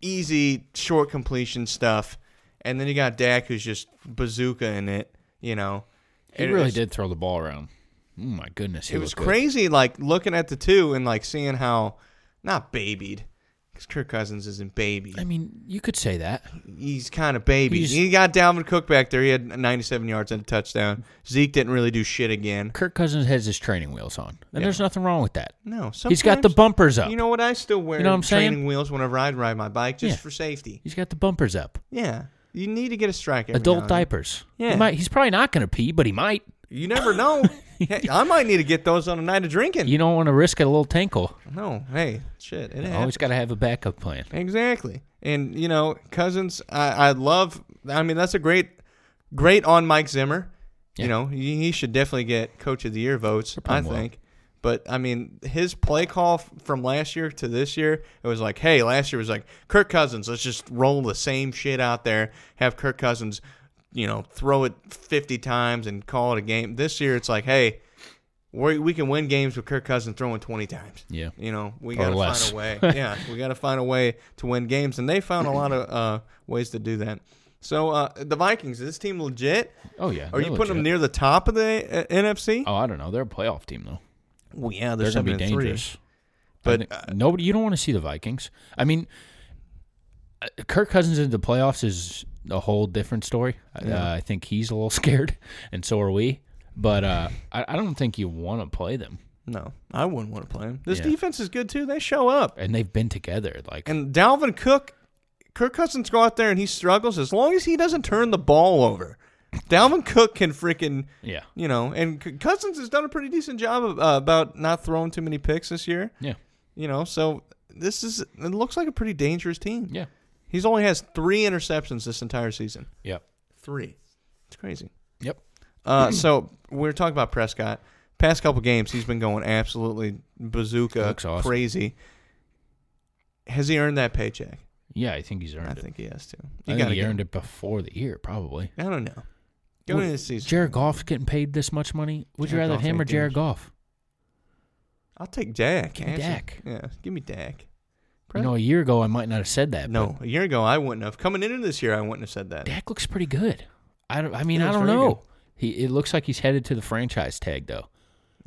[SPEAKER 3] easy short completion stuff, and then you got Dak who's just bazooka in it, you know.
[SPEAKER 4] He
[SPEAKER 3] It-
[SPEAKER 4] really
[SPEAKER 3] it's-
[SPEAKER 4] did throw the ball around. Oh my goodness, he
[SPEAKER 3] It was
[SPEAKER 4] looked good.
[SPEAKER 3] crazy, like looking at the two and like seeing how not babied. Because Kirk Cousins isn't baby.
[SPEAKER 4] I mean, you could say that.
[SPEAKER 3] He's kind of baby.
[SPEAKER 4] You just-
[SPEAKER 3] he got Dalvin Cook back there. He had 97 yards and a touchdown. Zeke didn't really do shit again.
[SPEAKER 4] Kirk Cousins has his training wheels on, and
[SPEAKER 3] Yeah.
[SPEAKER 4] there's nothing wrong with that.
[SPEAKER 3] No,
[SPEAKER 4] He's got the
[SPEAKER 3] sometimes-
[SPEAKER 4] bumpers up.
[SPEAKER 3] You know what? I still wear
[SPEAKER 4] You know what I'm saying?
[SPEAKER 3] training wheels whenever I ride my bike just
[SPEAKER 4] Yeah.
[SPEAKER 3] for safety.
[SPEAKER 4] He's got the bumpers up.
[SPEAKER 3] Yeah. You need to get a strike every now
[SPEAKER 4] Adult
[SPEAKER 3] and then.
[SPEAKER 4] diapers.
[SPEAKER 3] Yeah.
[SPEAKER 4] He might, he's probably not going to pee, but he might.
[SPEAKER 3] You never know. Hey, I might need to get those on a night of drinking.
[SPEAKER 4] You don't want to risk a little tinkle.
[SPEAKER 3] no, hey, shit. It happens.
[SPEAKER 4] Always got to have a backup plan.
[SPEAKER 3] Exactly. And you know, Cousins, I, I love. I mean, that's a great, great on Mike Zimmer. You
[SPEAKER 4] Yeah.
[SPEAKER 3] know, he, he should definitely get Coach of the Year votes. I
[SPEAKER 4] playing well.
[SPEAKER 3] think. But I mean, his play call f- from last year to this year, it was like, hey, last year was like Kirk Cousins. Let's just roll the same shit out there. Have Kirk Cousins, you know, throw it fifty times and call it a game. This year, it's like, hey. We we can win games with Kirk Cousins throwing twenty times.
[SPEAKER 4] Yeah.
[SPEAKER 3] you know we
[SPEAKER 4] Or
[SPEAKER 3] gotta
[SPEAKER 4] less.
[SPEAKER 3] find a way. Yeah, we gotta find a way to win games, and they found a lot of uh, ways to do that. So uh, the Vikings, is this team legit?
[SPEAKER 4] Oh yeah.
[SPEAKER 3] Are you
[SPEAKER 4] they're
[SPEAKER 3] putting them
[SPEAKER 4] legit.
[SPEAKER 3] near the top of the uh, NFC?
[SPEAKER 4] Oh, I don't know. They're a playoff team though.
[SPEAKER 3] Well, yeah,
[SPEAKER 4] They're,
[SPEAKER 3] seven
[SPEAKER 4] gonna be
[SPEAKER 3] and three.
[SPEAKER 4] dangerous.
[SPEAKER 3] But, uh,
[SPEAKER 4] But nobody, you don't want to see the Vikings. I mean, uh, Kirk Cousins in the playoffs is a whole different story. Uh, I think he's a little scared, and so are we. But uh, I, I don't think you want to play them.
[SPEAKER 3] No, I wouldn't want to play them. This
[SPEAKER 4] Yeah.
[SPEAKER 3] defense is good too. They show up,
[SPEAKER 4] And they've been together. Like
[SPEAKER 3] and Dalvin Cook, Kirk Cousins go out there and he struggles as long as he doesn't turn the ball over. Dalvin Cook can freaking
[SPEAKER 4] Yeah.
[SPEAKER 3] you know, and C- Cousins has done a pretty decent job of, uh, about not throwing too many picks this year.
[SPEAKER 4] Yeah.
[SPEAKER 3] You know, so this is it looks like a pretty dangerous team.
[SPEAKER 4] Yeah.
[SPEAKER 3] He's only has three interceptions this entire season.
[SPEAKER 4] Yep.
[SPEAKER 3] Three. It's crazy.
[SPEAKER 4] Yep.
[SPEAKER 3] Uh, so we are talking about Prescott. Past couple games, he's been going absolutely bazooka,
[SPEAKER 4] Looks awesome.
[SPEAKER 3] crazy. Has he earned that paycheck?
[SPEAKER 4] Yeah, I think he's earned
[SPEAKER 3] I
[SPEAKER 4] it.
[SPEAKER 3] think he has to.
[SPEAKER 4] I
[SPEAKER 3] You
[SPEAKER 4] think
[SPEAKER 3] got
[SPEAKER 4] he earned it before the year, probably.
[SPEAKER 3] I don't know. Going into the season,
[SPEAKER 4] Jared Goff getting paid this much money. Would you
[SPEAKER 3] Jared
[SPEAKER 4] rather
[SPEAKER 3] Goff
[SPEAKER 4] him
[SPEAKER 3] ain't
[SPEAKER 4] or Jared
[SPEAKER 3] damaged.
[SPEAKER 4] Goff?
[SPEAKER 3] I'll take Dak.
[SPEAKER 4] Give me
[SPEAKER 3] actually.
[SPEAKER 4] Dak.
[SPEAKER 3] Yeah, give me Dak.
[SPEAKER 4] You know, a year ago I might not have said that.
[SPEAKER 3] No, a year ago I wouldn't have. Coming into this year, I wouldn't have said that.
[SPEAKER 4] but Dak looks pretty good. I don't. I mean,
[SPEAKER 3] He
[SPEAKER 4] I
[SPEAKER 3] looks
[SPEAKER 4] don't
[SPEAKER 3] very
[SPEAKER 4] know.
[SPEAKER 3] good.
[SPEAKER 4] He it looks like he's headed to the franchise tag though.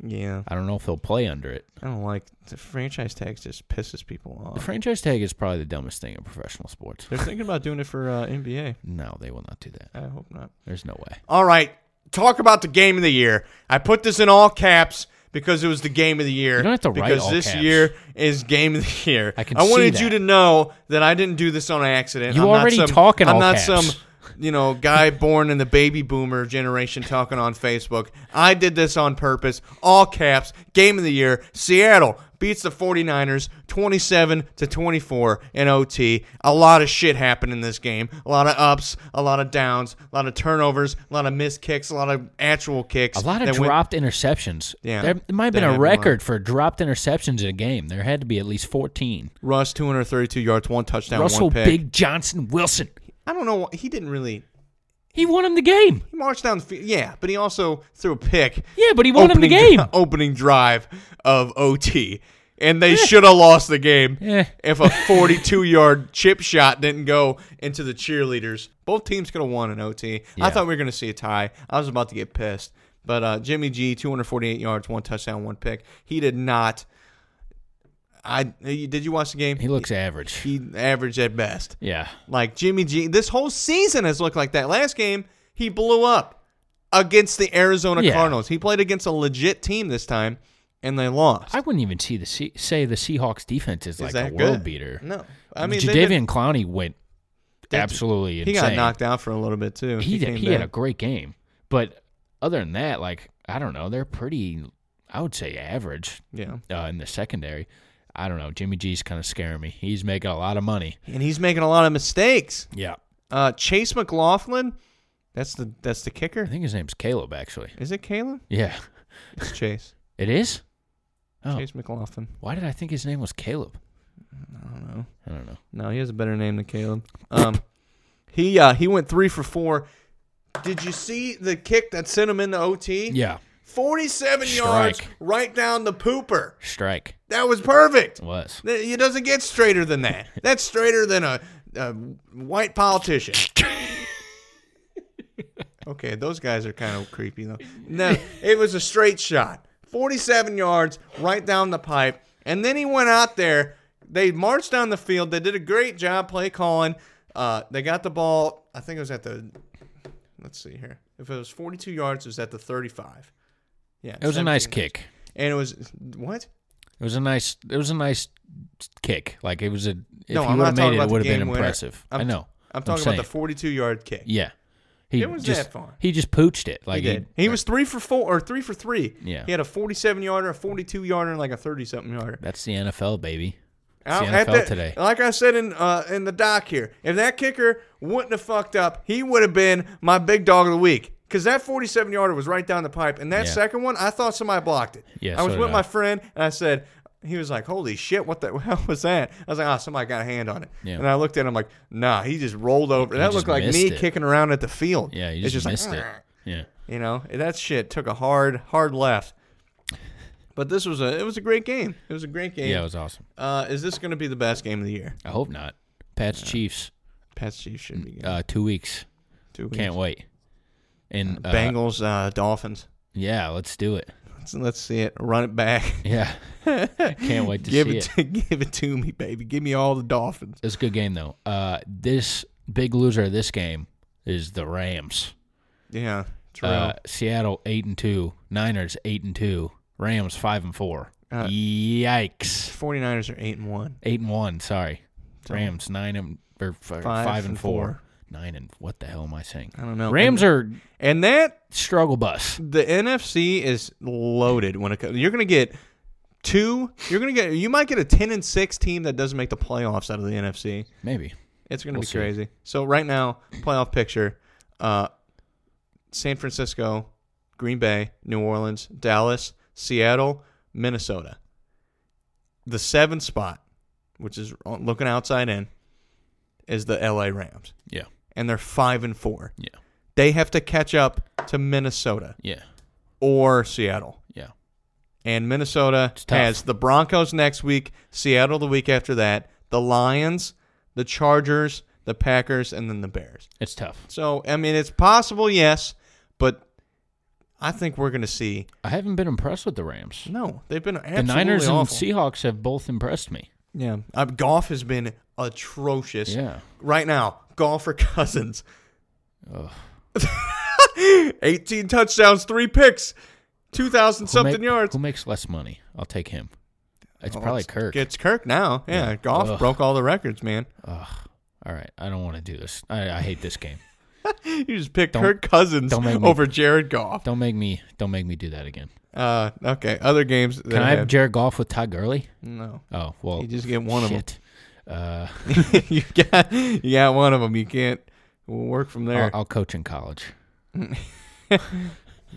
[SPEAKER 3] Yeah,
[SPEAKER 4] I don't know if he'll play under it.
[SPEAKER 3] I don't like the franchise tags. Just pisses people
[SPEAKER 4] The
[SPEAKER 3] off.
[SPEAKER 4] franchise tag is probably the dumbest thing in professional sports.
[SPEAKER 3] They're thinking about doing it for uh, NBA.
[SPEAKER 4] No, they will not do that.
[SPEAKER 3] I hope not.
[SPEAKER 4] There's no way.
[SPEAKER 3] All right, talk about the game of the year. I put this in all caps because it was the game of the year.
[SPEAKER 4] You don't have to write
[SPEAKER 3] because
[SPEAKER 4] all
[SPEAKER 3] this
[SPEAKER 4] caps.
[SPEAKER 3] year is game of the year.
[SPEAKER 4] I can
[SPEAKER 3] I
[SPEAKER 4] see
[SPEAKER 3] wanted
[SPEAKER 4] that.
[SPEAKER 3] you to know that I didn't do this on accident.
[SPEAKER 4] You
[SPEAKER 3] I'm
[SPEAKER 4] already
[SPEAKER 3] not some,
[SPEAKER 4] talk in
[SPEAKER 3] I'm
[SPEAKER 4] all
[SPEAKER 3] not
[SPEAKER 4] caps.
[SPEAKER 3] some you know guy born in the baby boomer generation talking on Facebook. I did this on purpose. All caps. Game of the year. Seattle beats the 49ers 27 to 24 in OT. A lot of shit happened in this game. A lot of ups, a lot of downs, a lot of turnovers, a lot of missed kicks, a lot of actual kicks.
[SPEAKER 4] A lot of
[SPEAKER 3] that went-
[SPEAKER 4] dropped interceptions.
[SPEAKER 3] Yeah,
[SPEAKER 4] there might have
[SPEAKER 3] that
[SPEAKER 4] been
[SPEAKER 3] happened
[SPEAKER 4] a
[SPEAKER 3] a lot.
[SPEAKER 4] record for dropped interceptions in a game. There had to be at least 14.
[SPEAKER 3] Russ 232 yards, one touchdown,
[SPEAKER 4] Russell
[SPEAKER 3] one pick.
[SPEAKER 4] Big Johnson Wilson.
[SPEAKER 3] I don't know why he didn't really
[SPEAKER 4] He won him the game.
[SPEAKER 3] He marched down the field. Yeah, but he also threw a pick.
[SPEAKER 4] Yeah, but he won him the
[SPEAKER 3] opening Oh.
[SPEAKER 4] game.
[SPEAKER 3] dri- opening drive of OT. And they should have lost the game
[SPEAKER 4] Yeah.
[SPEAKER 3] if a 42 yard chip shot didn't go into the cheerleaders. Both teams could have won in OT.
[SPEAKER 4] Yeah.
[SPEAKER 3] I thought we were going to see a tie. I was about to get pissed. But uh, Jimmy G, 248 yards, one touchdown, one pick. He did not. I did you watch the game?
[SPEAKER 4] He looks average.
[SPEAKER 3] He averaged at best.
[SPEAKER 4] yeah.
[SPEAKER 3] Like Jimmy G, this whole season has looked like that. Last game, he blew up against the Arizona
[SPEAKER 4] Yeah.
[SPEAKER 3] Cardinals. He played against a legit team this time, and they lost.
[SPEAKER 4] I wouldn't even see the Se- say the Seahawks defense is
[SPEAKER 3] Is
[SPEAKER 4] like
[SPEAKER 3] that
[SPEAKER 4] a world
[SPEAKER 3] good?
[SPEAKER 4] beater.
[SPEAKER 3] No. I mean, they
[SPEAKER 4] Jadavian
[SPEAKER 3] did-
[SPEAKER 4] Clowney went
[SPEAKER 3] They-
[SPEAKER 4] absolutely
[SPEAKER 3] He
[SPEAKER 4] insane.
[SPEAKER 3] got knocked out for a little bit too.
[SPEAKER 4] He
[SPEAKER 3] came
[SPEAKER 4] did, he had a
[SPEAKER 3] back.
[SPEAKER 4] great game, but other than that, like I don't know, they're pretty. I would say average
[SPEAKER 3] yeah,
[SPEAKER 4] uh, in the secondary. I don't know. Jimmy G's kind of scaring me. He's making a lot of money.
[SPEAKER 3] and he's making a lot of mistakes.
[SPEAKER 4] Yeah,
[SPEAKER 3] Uh, Chase McLaughlin, that's the that's the
[SPEAKER 4] I
[SPEAKER 3] kicker.
[SPEAKER 4] think his name's Caleb actually.
[SPEAKER 3] Is it Caleb?
[SPEAKER 4] Yeah,
[SPEAKER 3] It's Chase.
[SPEAKER 4] it is. Oh,
[SPEAKER 3] Chase McLaughlin.
[SPEAKER 4] why did I think his name was Caleb?
[SPEAKER 3] I don't know.
[SPEAKER 4] I don't know.
[SPEAKER 3] No, he has a better name than Caleb. Um, he uh, he went three for four. Did you see the kick that sent him into OT?
[SPEAKER 4] Yeah,
[SPEAKER 3] 47
[SPEAKER 4] Strike.
[SPEAKER 3] yards right down the pooper.
[SPEAKER 4] strike
[SPEAKER 3] That was perfect.
[SPEAKER 4] was.
[SPEAKER 3] Th- It doesn't get straighter than that. That's straighter than a, a white politician. Okay, those guys are kind of creepy though. No, it was a straight shot, 47 yards right down the pipe, and then he went out there. They marched down the field. They did a great job play calling. Uh, they got the ball. I think it was at the. Let's see here. If it was 42 yards, it was at the 35. Yeah,
[SPEAKER 4] It was a nice
[SPEAKER 3] 17 yards.
[SPEAKER 4] kick.
[SPEAKER 3] And it was what?
[SPEAKER 4] It was a nice. It was a nice kick. Like it was a. If
[SPEAKER 3] no,
[SPEAKER 4] he
[SPEAKER 3] I'm
[SPEAKER 4] would
[SPEAKER 3] not
[SPEAKER 4] have
[SPEAKER 3] talking
[SPEAKER 4] made it,
[SPEAKER 3] about
[SPEAKER 4] it
[SPEAKER 3] the
[SPEAKER 4] would have been
[SPEAKER 3] game winner.
[SPEAKER 4] impressive. i
[SPEAKER 3] I'm-
[SPEAKER 4] know.
[SPEAKER 3] I'm talking
[SPEAKER 4] saying.
[SPEAKER 3] about the 42 yard kick.
[SPEAKER 4] Yeah. He
[SPEAKER 3] It was
[SPEAKER 4] just,
[SPEAKER 3] that far.
[SPEAKER 4] He just pooched it. Like
[SPEAKER 3] he did. He was three for four or three for three.
[SPEAKER 4] Yeah.
[SPEAKER 3] He had a 47 yarder, a 42 yarder, and like a 30 something yarder.
[SPEAKER 4] That's the NFL, baby. It's
[SPEAKER 3] Out
[SPEAKER 4] the
[SPEAKER 3] at
[SPEAKER 4] NFL
[SPEAKER 3] the-
[SPEAKER 4] today.
[SPEAKER 3] Like I said in uh, in the doc here, if that kicker wouldn't have fucked up, he would have been my big dog of the week. Because that 47 yarder was right down the pipe. And that
[SPEAKER 4] Yeah.
[SPEAKER 3] second one, I thought somebody blocked it.
[SPEAKER 4] Yeah,
[SPEAKER 3] I was
[SPEAKER 4] so
[SPEAKER 3] with
[SPEAKER 4] did
[SPEAKER 3] my
[SPEAKER 4] I.
[SPEAKER 3] friend, and I said, he was like, holy shit, what the hell was that? I was like, oh, somebody got a hand on it.
[SPEAKER 4] Yeah.
[SPEAKER 3] And I looked at him like, nah, he just rolled over.
[SPEAKER 4] He
[SPEAKER 3] that
[SPEAKER 4] just
[SPEAKER 3] looked like
[SPEAKER 4] missed
[SPEAKER 3] me
[SPEAKER 4] it.
[SPEAKER 3] kicking around at the field.
[SPEAKER 4] Yeah, you
[SPEAKER 3] it's
[SPEAKER 4] just,
[SPEAKER 3] just
[SPEAKER 4] missed
[SPEAKER 3] like, "Ah,"
[SPEAKER 4] it. Yeah.
[SPEAKER 3] you know, that shit took a hard, hard left. But this was a it was a great game. It was a great game.
[SPEAKER 4] Yeah, it was awesome.
[SPEAKER 3] uh, is this going to be the best game of the year?
[SPEAKER 4] I hope not. Pats Chiefs,
[SPEAKER 3] Pats Chiefs should be good.
[SPEAKER 4] uh, two weeks.
[SPEAKER 3] Two weeks.
[SPEAKER 4] Can't wait. And uh,
[SPEAKER 3] Bengals uh, Dolphins.
[SPEAKER 4] Yeah, let's do it.
[SPEAKER 3] Let's, let's see it. Run it back.
[SPEAKER 4] Yeah. Can't wait to
[SPEAKER 3] give
[SPEAKER 4] see
[SPEAKER 3] it,
[SPEAKER 4] it.
[SPEAKER 3] To, give it to me, baby. Give me all the Dolphins.
[SPEAKER 4] It's a good game though. Uh, this big loser of this game is the Rams.
[SPEAKER 3] Yeah. True.
[SPEAKER 4] Uh, Seattle eight and two, Niners eight and two, Rams five and four.
[SPEAKER 3] Uh,
[SPEAKER 4] Yikes!
[SPEAKER 3] 49ers are 8 and 1.
[SPEAKER 4] Eight and one. Sorry, Rams nine and or f- five, and four. nine and what the hell am I saying?
[SPEAKER 3] I don't know.
[SPEAKER 4] Rams
[SPEAKER 3] And-
[SPEAKER 4] are
[SPEAKER 3] and that
[SPEAKER 4] struggle bus.
[SPEAKER 3] the NFC is loaded when it comes. You're gonna get two. You're gonna get. You might get a ten and six team that doesn't make the playoffs out of the NFC.
[SPEAKER 4] Maybe.
[SPEAKER 3] It's gonna
[SPEAKER 4] We'll
[SPEAKER 3] be
[SPEAKER 4] see.
[SPEAKER 3] crazy. So right now, playoff picture: uh, San Francisco, Green Bay, New Orleans, Dallas, Seattle, Minnesota. The seventh spot, which is looking outside in, is the LA Rams,
[SPEAKER 4] Yeah.
[SPEAKER 3] and they're five and four.
[SPEAKER 4] Yeah.
[SPEAKER 3] They have to catch up to Minnesota
[SPEAKER 4] Yeah.
[SPEAKER 3] or Seattle.
[SPEAKER 4] Yeah.
[SPEAKER 3] And Minnesota
[SPEAKER 4] It's tough.
[SPEAKER 3] has the Broncos next week, Seattle the week after that, the Lions, the Chargers, the Packers, and then the Bears.
[SPEAKER 4] It's tough.
[SPEAKER 3] So, I mean, it's possible, yes, but I think we're going to see.
[SPEAKER 4] I haven't been impressed with the Rams.
[SPEAKER 3] No, they've been
[SPEAKER 4] The
[SPEAKER 3] absolutely
[SPEAKER 4] Niners and
[SPEAKER 3] awful.
[SPEAKER 4] Seahawks have both impressed me.
[SPEAKER 3] yeah, uh, golf has been atrocious.
[SPEAKER 4] Yeah.
[SPEAKER 3] Right now, golf for Cousins,
[SPEAKER 4] Ugh.
[SPEAKER 3] 18 touchdowns, three picks, 2,000
[SPEAKER 4] Who make-
[SPEAKER 3] something yards.
[SPEAKER 4] Who makes less money? I'll take him. It's
[SPEAKER 3] Oh,
[SPEAKER 4] probably Kirk.
[SPEAKER 3] It's Kirk now. Yeah,
[SPEAKER 4] Yeah.
[SPEAKER 3] golf
[SPEAKER 4] Ugh.
[SPEAKER 3] broke all the records, man.
[SPEAKER 4] Ugh. All right. I don't want to do this. I, I hate this game.
[SPEAKER 3] You just picked
[SPEAKER 4] Don't-
[SPEAKER 3] Kirk Cousins
[SPEAKER 4] don't make me-
[SPEAKER 3] over Jared Goff.
[SPEAKER 4] Don't make me. Don't make me do that again.
[SPEAKER 3] Uh, okay, other games. that
[SPEAKER 4] Can I have
[SPEAKER 3] had-
[SPEAKER 4] Jared Goff with Todd Gurley?
[SPEAKER 3] no,
[SPEAKER 4] Oh well.
[SPEAKER 3] you just get one
[SPEAKER 4] shit. Uh,
[SPEAKER 3] of them. you got you got one of them. You can't work from
[SPEAKER 4] I'll,
[SPEAKER 3] there.
[SPEAKER 4] I'll coach in college.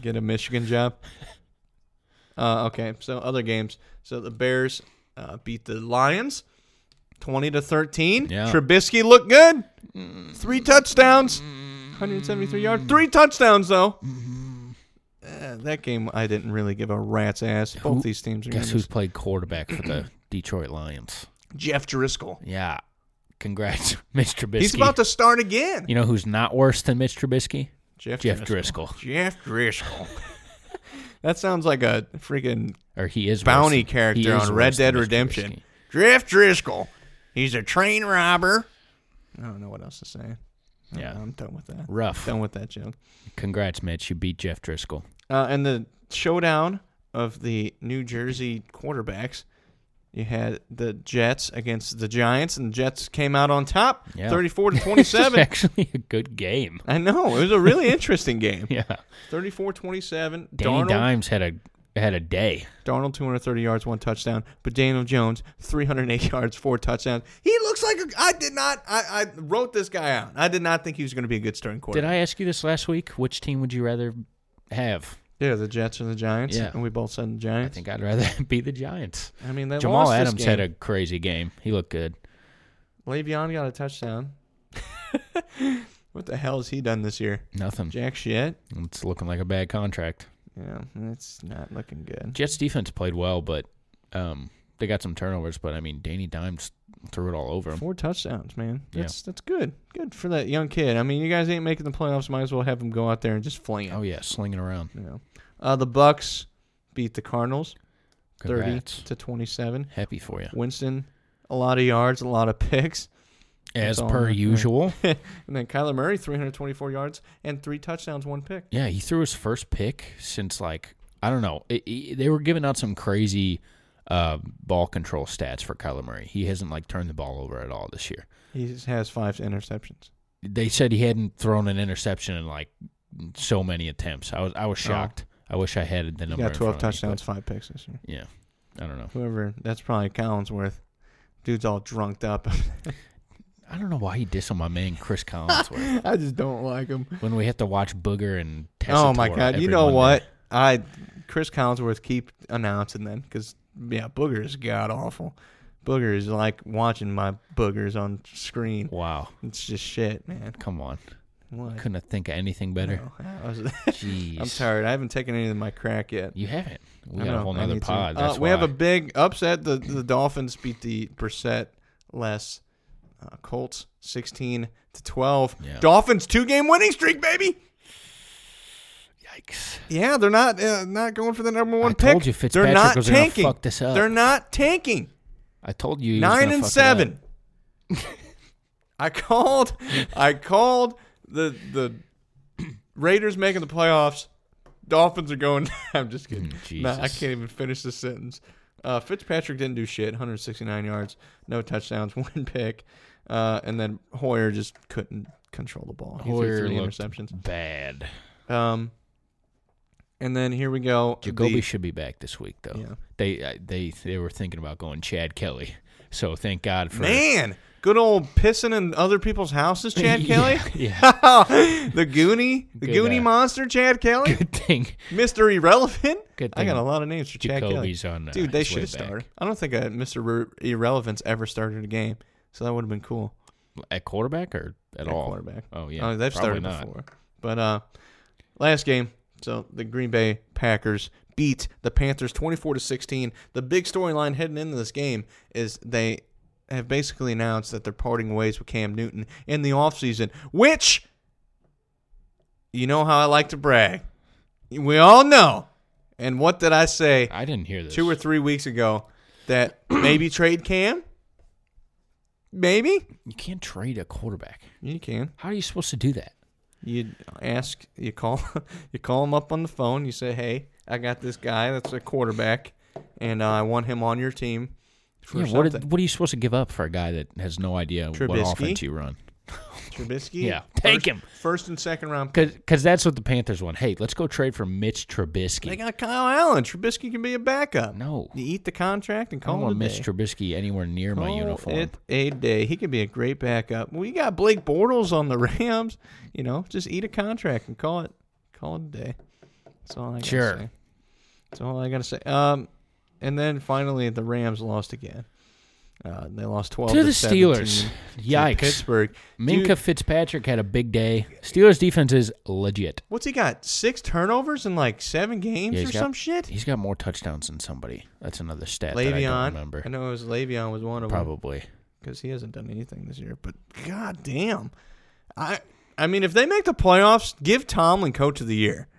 [SPEAKER 3] Get a Michigan job. Uh, okay, so other games. So the Bears uh, beat the Lions, twenty to thirteen.
[SPEAKER 4] Yeah. Mm.
[SPEAKER 3] Trubisky looked good. Three touchdowns, hundred seventy-three yards. Three touchdowns though.
[SPEAKER 4] Mm-hmm.
[SPEAKER 3] Uh, that game I didn't really give a rat's ass. Both
[SPEAKER 4] Who-
[SPEAKER 3] these teams are
[SPEAKER 4] Guess
[SPEAKER 3] gonna
[SPEAKER 4] who's played quarterback for the Detroit Lions?
[SPEAKER 3] Jeff Driscoll.
[SPEAKER 4] Yeah. Congrats, Mitch Trubisky.
[SPEAKER 3] He's about to start again.
[SPEAKER 4] You know who's not worse than Mitch Trubisky? Jeff Driscoll.
[SPEAKER 3] Jeff Driscoll. that sounds like a freaking
[SPEAKER 4] Or he is worse
[SPEAKER 3] bounty
[SPEAKER 4] than- he
[SPEAKER 3] character
[SPEAKER 4] is
[SPEAKER 3] on Red
[SPEAKER 4] worse than
[SPEAKER 3] Dead
[SPEAKER 4] Mitch
[SPEAKER 3] Redemption.
[SPEAKER 4] Trubisky.
[SPEAKER 3] Jeff Driscoll. He's a train robber. I don't know what else to say. I don't
[SPEAKER 4] Yeah.
[SPEAKER 3] know. I'm done with that.
[SPEAKER 4] Rough.
[SPEAKER 3] Done with that joke.
[SPEAKER 4] Congrats, Mitch. You beat Jeff Driscoll.
[SPEAKER 3] Uh, and the showdown of the New Jersey quarterbacks. You had the Jets against the Giants, and the Jets came out on top,
[SPEAKER 4] Yeah.
[SPEAKER 3] thirty-four to
[SPEAKER 4] It's
[SPEAKER 3] twenty-seven.
[SPEAKER 4] actually a good game.
[SPEAKER 3] I know it was a really interesting game.
[SPEAKER 4] Yeah.
[SPEAKER 3] 34-27.
[SPEAKER 4] Danny
[SPEAKER 3] Darnold,
[SPEAKER 4] Dimes had a had a day.
[SPEAKER 3] Darnold, 230 yards, one touchdown. But Daniel Jones, 308 yards, four touchdowns. He looks like a, I did not. I, I wrote this guy out. I did not think he was going to be a good starting
[SPEAKER 4] Did
[SPEAKER 3] quarterback.
[SPEAKER 4] I ask you this last week? Which team would you rather have?
[SPEAKER 3] I? Yeah, the Jets and the Giants.
[SPEAKER 4] Yeah.
[SPEAKER 3] and we both said the
[SPEAKER 4] I
[SPEAKER 3] Giants.
[SPEAKER 4] think I'd rather be the Giants.
[SPEAKER 3] I mean, they
[SPEAKER 4] Jamal
[SPEAKER 3] lost this
[SPEAKER 4] Adams had a
[SPEAKER 3] game.
[SPEAKER 4] crazy game. He looked good.
[SPEAKER 3] Le'Veon got a touchdown. what the hell has he done this year?
[SPEAKER 4] Nothing.
[SPEAKER 3] Jack shit.
[SPEAKER 4] It's looking like a bad contract.
[SPEAKER 3] Yeah, it's not looking good.
[SPEAKER 4] Jets defense played well, but um, they got some turnovers. But I mean, Danny Dimes threw it all over him.
[SPEAKER 3] Four touchdowns, man.
[SPEAKER 4] Yeah.
[SPEAKER 3] That's that's good. Good for that young kid. I mean, you guys ain't making the playoffs. Might as well have him go out there and just fling it.
[SPEAKER 4] Oh yeah, slinging around.
[SPEAKER 3] Yeah. Uh, the Bucks beat the Cardinals,
[SPEAKER 4] Congrats.
[SPEAKER 3] thirty to twenty-seven.
[SPEAKER 4] Happy for you,
[SPEAKER 3] Winston, a lot of yards, a lot of picks,
[SPEAKER 4] as
[SPEAKER 3] That's all
[SPEAKER 4] per
[SPEAKER 3] right.
[SPEAKER 4] usual.
[SPEAKER 3] and then Kyler Murray, three hundred twenty-four yards and three touchdowns, one pick.
[SPEAKER 4] Yeah, he threw his first pick since like I don't know. It, it- they were giving out some crazy uh, ball control stats for Kyler Murray. He hasn't like turned the ball over at all this year.
[SPEAKER 3] He just has five interceptions.
[SPEAKER 4] They said he hadn't thrown an interception in like so many attempts. I was I was shocked. I wish I had the
[SPEAKER 3] Oh. He
[SPEAKER 4] number.
[SPEAKER 3] got twelve
[SPEAKER 4] in front of me,
[SPEAKER 3] touchdowns, five picks this year.
[SPEAKER 4] but yeah, I don't know.
[SPEAKER 3] Whoever, that's probably Collinsworth. Dude's all drunked up.
[SPEAKER 4] I don't know why he dissed on my man Chris Collinsworth
[SPEAKER 3] I just don't like him.
[SPEAKER 4] when we have to watch Booger and Tessa
[SPEAKER 3] Oh my god! You know what? I Chris Collinsworth keep announcing then because yeah, Booger's god awful. Booger is like watching my boogers on screen.
[SPEAKER 4] Wow,
[SPEAKER 3] It's just shit, man.
[SPEAKER 4] come on!
[SPEAKER 3] What?
[SPEAKER 4] Couldn't have think of anything better.
[SPEAKER 3] No, I was-
[SPEAKER 4] Jeez,
[SPEAKER 3] I'm tired. I haven't taken any of my crack yet.
[SPEAKER 4] You haven't. We
[SPEAKER 3] I
[SPEAKER 4] got
[SPEAKER 3] know,
[SPEAKER 4] a whole
[SPEAKER 3] I
[SPEAKER 4] nother
[SPEAKER 3] need to.
[SPEAKER 4] pod.
[SPEAKER 3] Uh,
[SPEAKER 4] That's
[SPEAKER 3] we have a
[SPEAKER 4] why.
[SPEAKER 3] big upset. The the Dolphins beat the Brissett less uh, Colts sixteen to twelve.
[SPEAKER 4] Yeah.
[SPEAKER 3] Dolphins two game winning streak, baby.
[SPEAKER 4] Yikes.
[SPEAKER 3] Yeah, they're not uh, not going for the number one
[SPEAKER 4] I
[SPEAKER 3] pick.
[SPEAKER 4] told you Fitzpatrick
[SPEAKER 3] they're not
[SPEAKER 4] was gonna
[SPEAKER 3] tanking.
[SPEAKER 4] fuck this up.
[SPEAKER 3] They're not tanking.
[SPEAKER 4] I told you. he was
[SPEAKER 3] Nine
[SPEAKER 4] gonna
[SPEAKER 3] and
[SPEAKER 4] fuck it
[SPEAKER 3] seven.
[SPEAKER 4] up.
[SPEAKER 3] I called. I called the the Raiders making the playoffs. Dolphins are going. I'm just kidding.
[SPEAKER 4] Mm,
[SPEAKER 3] Nah, I
[SPEAKER 4] Jesus.
[SPEAKER 3] can't even finish this sentence. Uh, Fitzpatrick didn't do shit. 169 yards, no touchdowns, one pick, uh, and then Hoyer just couldn't control the ball. He
[SPEAKER 4] Hoyer
[SPEAKER 3] threw three
[SPEAKER 4] looked
[SPEAKER 3] interceptions.
[SPEAKER 4] Bad.
[SPEAKER 3] Um, and then here we go.
[SPEAKER 4] Jacoby
[SPEAKER 3] the-
[SPEAKER 4] should be back this week though.
[SPEAKER 3] Yeah.
[SPEAKER 4] They I- they they were thinking about going Chad Kelly. So thank God for
[SPEAKER 3] man, good old pissing in other people's houses, Chad Kelly.
[SPEAKER 4] Yeah.
[SPEAKER 3] the Goonie, the
[SPEAKER 4] Good,
[SPEAKER 3] Goonie
[SPEAKER 4] uh,
[SPEAKER 3] monster, Chad Kelly,
[SPEAKER 4] Good thing.
[SPEAKER 3] Mister Irrelevant.
[SPEAKER 4] Good
[SPEAKER 3] I got
[SPEAKER 4] thing
[SPEAKER 3] a lot of names for Chad Kelly.
[SPEAKER 4] Jacoby's on, uh,
[SPEAKER 3] Dude, they
[SPEAKER 4] his
[SPEAKER 3] should
[SPEAKER 4] way
[SPEAKER 3] have
[SPEAKER 4] back.
[SPEAKER 3] started. I don't think uh Mister Irrelevance ever started a game, so that would have been cool.
[SPEAKER 4] At quarterback or at, all?
[SPEAKER 3] quarterback.
[SPEAKER 4] Oh yeah.
[SPEAKER 3] they've
[SPEAKER 4] Probably
[SPEAKER 3] started
[SPEAKER 4] not.
[SPEAKER 3] before. But uh, last game, so the Green Bay Packers beat the Panthers twenty-four to sixteen. The big storyline heading into this game is they have basically announced that they're parting ways with Cam Newton in the offseason, which you know how I like to brag. We all know. And what did I say?
[SPEAKER 4] I didn't hear this.
[SPEAKER 3] two or three weeks ago that maybe trade Cam. Maybe
[SPEAKER 4] You can't trade a quarterback.
[SPEAKER 3] you can.
[SPEAKER 4] How are you supposed to do that?
[SPEAKER 3] You ask. You call. You call him up on the phone. You say, "Hey, I got this guy that's a quarterback, and uh, I want him on your team for
[SPEAKER 4] Yeah, what,
[SPEAKER 3] something."
[SPEAKER 4] did- what are you supposed to give up for a guy that has no idea
[SPEAKER 3] Trubisky?
[SPEAKER 4] what offense you run?
[SPEAKER 3] Trubisky.
[SPEAKER 4] Yeah, take
[SPEAKER 3] first-
[SPEAKER 4] him.
[SPEAKER 3] First and second round. pick.
[SPEAKER 4] Because that's what the Panthers want. Hey, let's go trade for Mitch Trubisky.
[SPEAKER 3] They got Kyle Allen. Trubisky can be a backup.
[SPEAKER 4] No.
[SPEAKER 3] You eat the contract and
[SPEAKER 4] I don't
[SPEAKER 3] call
[SPEAKER 4] want
[SPEAKER 3] him a
[SPEAKER 4] Mitch
[SPEAKER 3] day.
[SPEAKER 4] Trubisky anywhere near my
[SPEAKER 3] Call
[SPEAKER 4] uniform.
[SPEAKER 3] It Oh, a day. He could be a great backup. We got Blake Bortles on the Rams. You know, just eat a contract and call it call it a day. That's all I got
[SPEAKER 4] Sure.
[SPEAKER 3] say. That's all I gotta say. Um and then finally the Rams lost again. Uh, they lost twelve
[SPEAKER 4] To the Steelers.
[SPEAKER 3] 17 to
[SPEAKER 4] Yikes.
[SPEAKER 3] Pittsburgh.
[SPEAKER 4] Minka
[SPEAKER 3] Dude,
[SPEAKER 4] Fitzpatrick had a big day. Steelers defense is legit.
[SPEAKER 3] what's he got? Six turnovers in like seven games
[SPEAKER 4] Yeah,
[SPEAKER 3] or
[SPEAKER 4] he's got-
[SPEAKER 3] some shit.
[SPEAKER 4] He's got more touchdowns than somebody. That's another stat that I
[SPEAKER 3] Le'Veon.
[SPEAKER 4] don't remember.
[SPEAKER 3] I know it was Le'Veon was one of them.
[SPEAKER 4] Probably.
[SPEAKER 3] because he hasn't done anything this year. But god damn, I I mean, if they make the playoffs, give Tomlin coach of the year.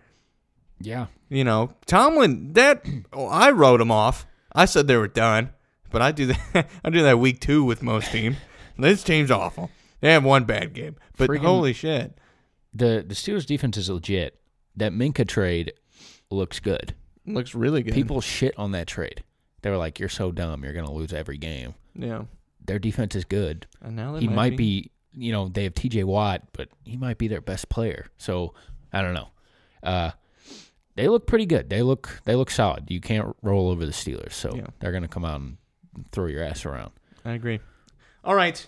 [SPEAKER 4] Yeah.
[SPEAKER 3] You know, Tomlin. That oh, I wrote him off. I said they were done, but I do that. I do that week two with most teams. this team's awful. They have one bad game, but
[SPEAKER 4] Friggin-
[SPEAKER 3] holy shit,
[SPEAKER 4] The the Steelers defense is legit. That Minka trade looks good.
[SPEAKER 3] looks really good.
[SPEAKER 4] People shit on that trade. They were like, "You're so dumb. You're gonna lose every game."
[SPEAKER 3] yeah,
[SPEAKER 4] Their defense is good.
[SPEAKER 3] and now they
[SPEAKER 4] he might, be. you know, they have T.J. Watt, but he might be their best player. So I don't know. Uh, they look pretty good. They look they look solid. You can't roll over the Steelers, so
[SPEAKER 3] Yeah.
[SPEAKER 4] they're gonna come out and throw your ass around.
[SPEAKER 3] I agree. All right.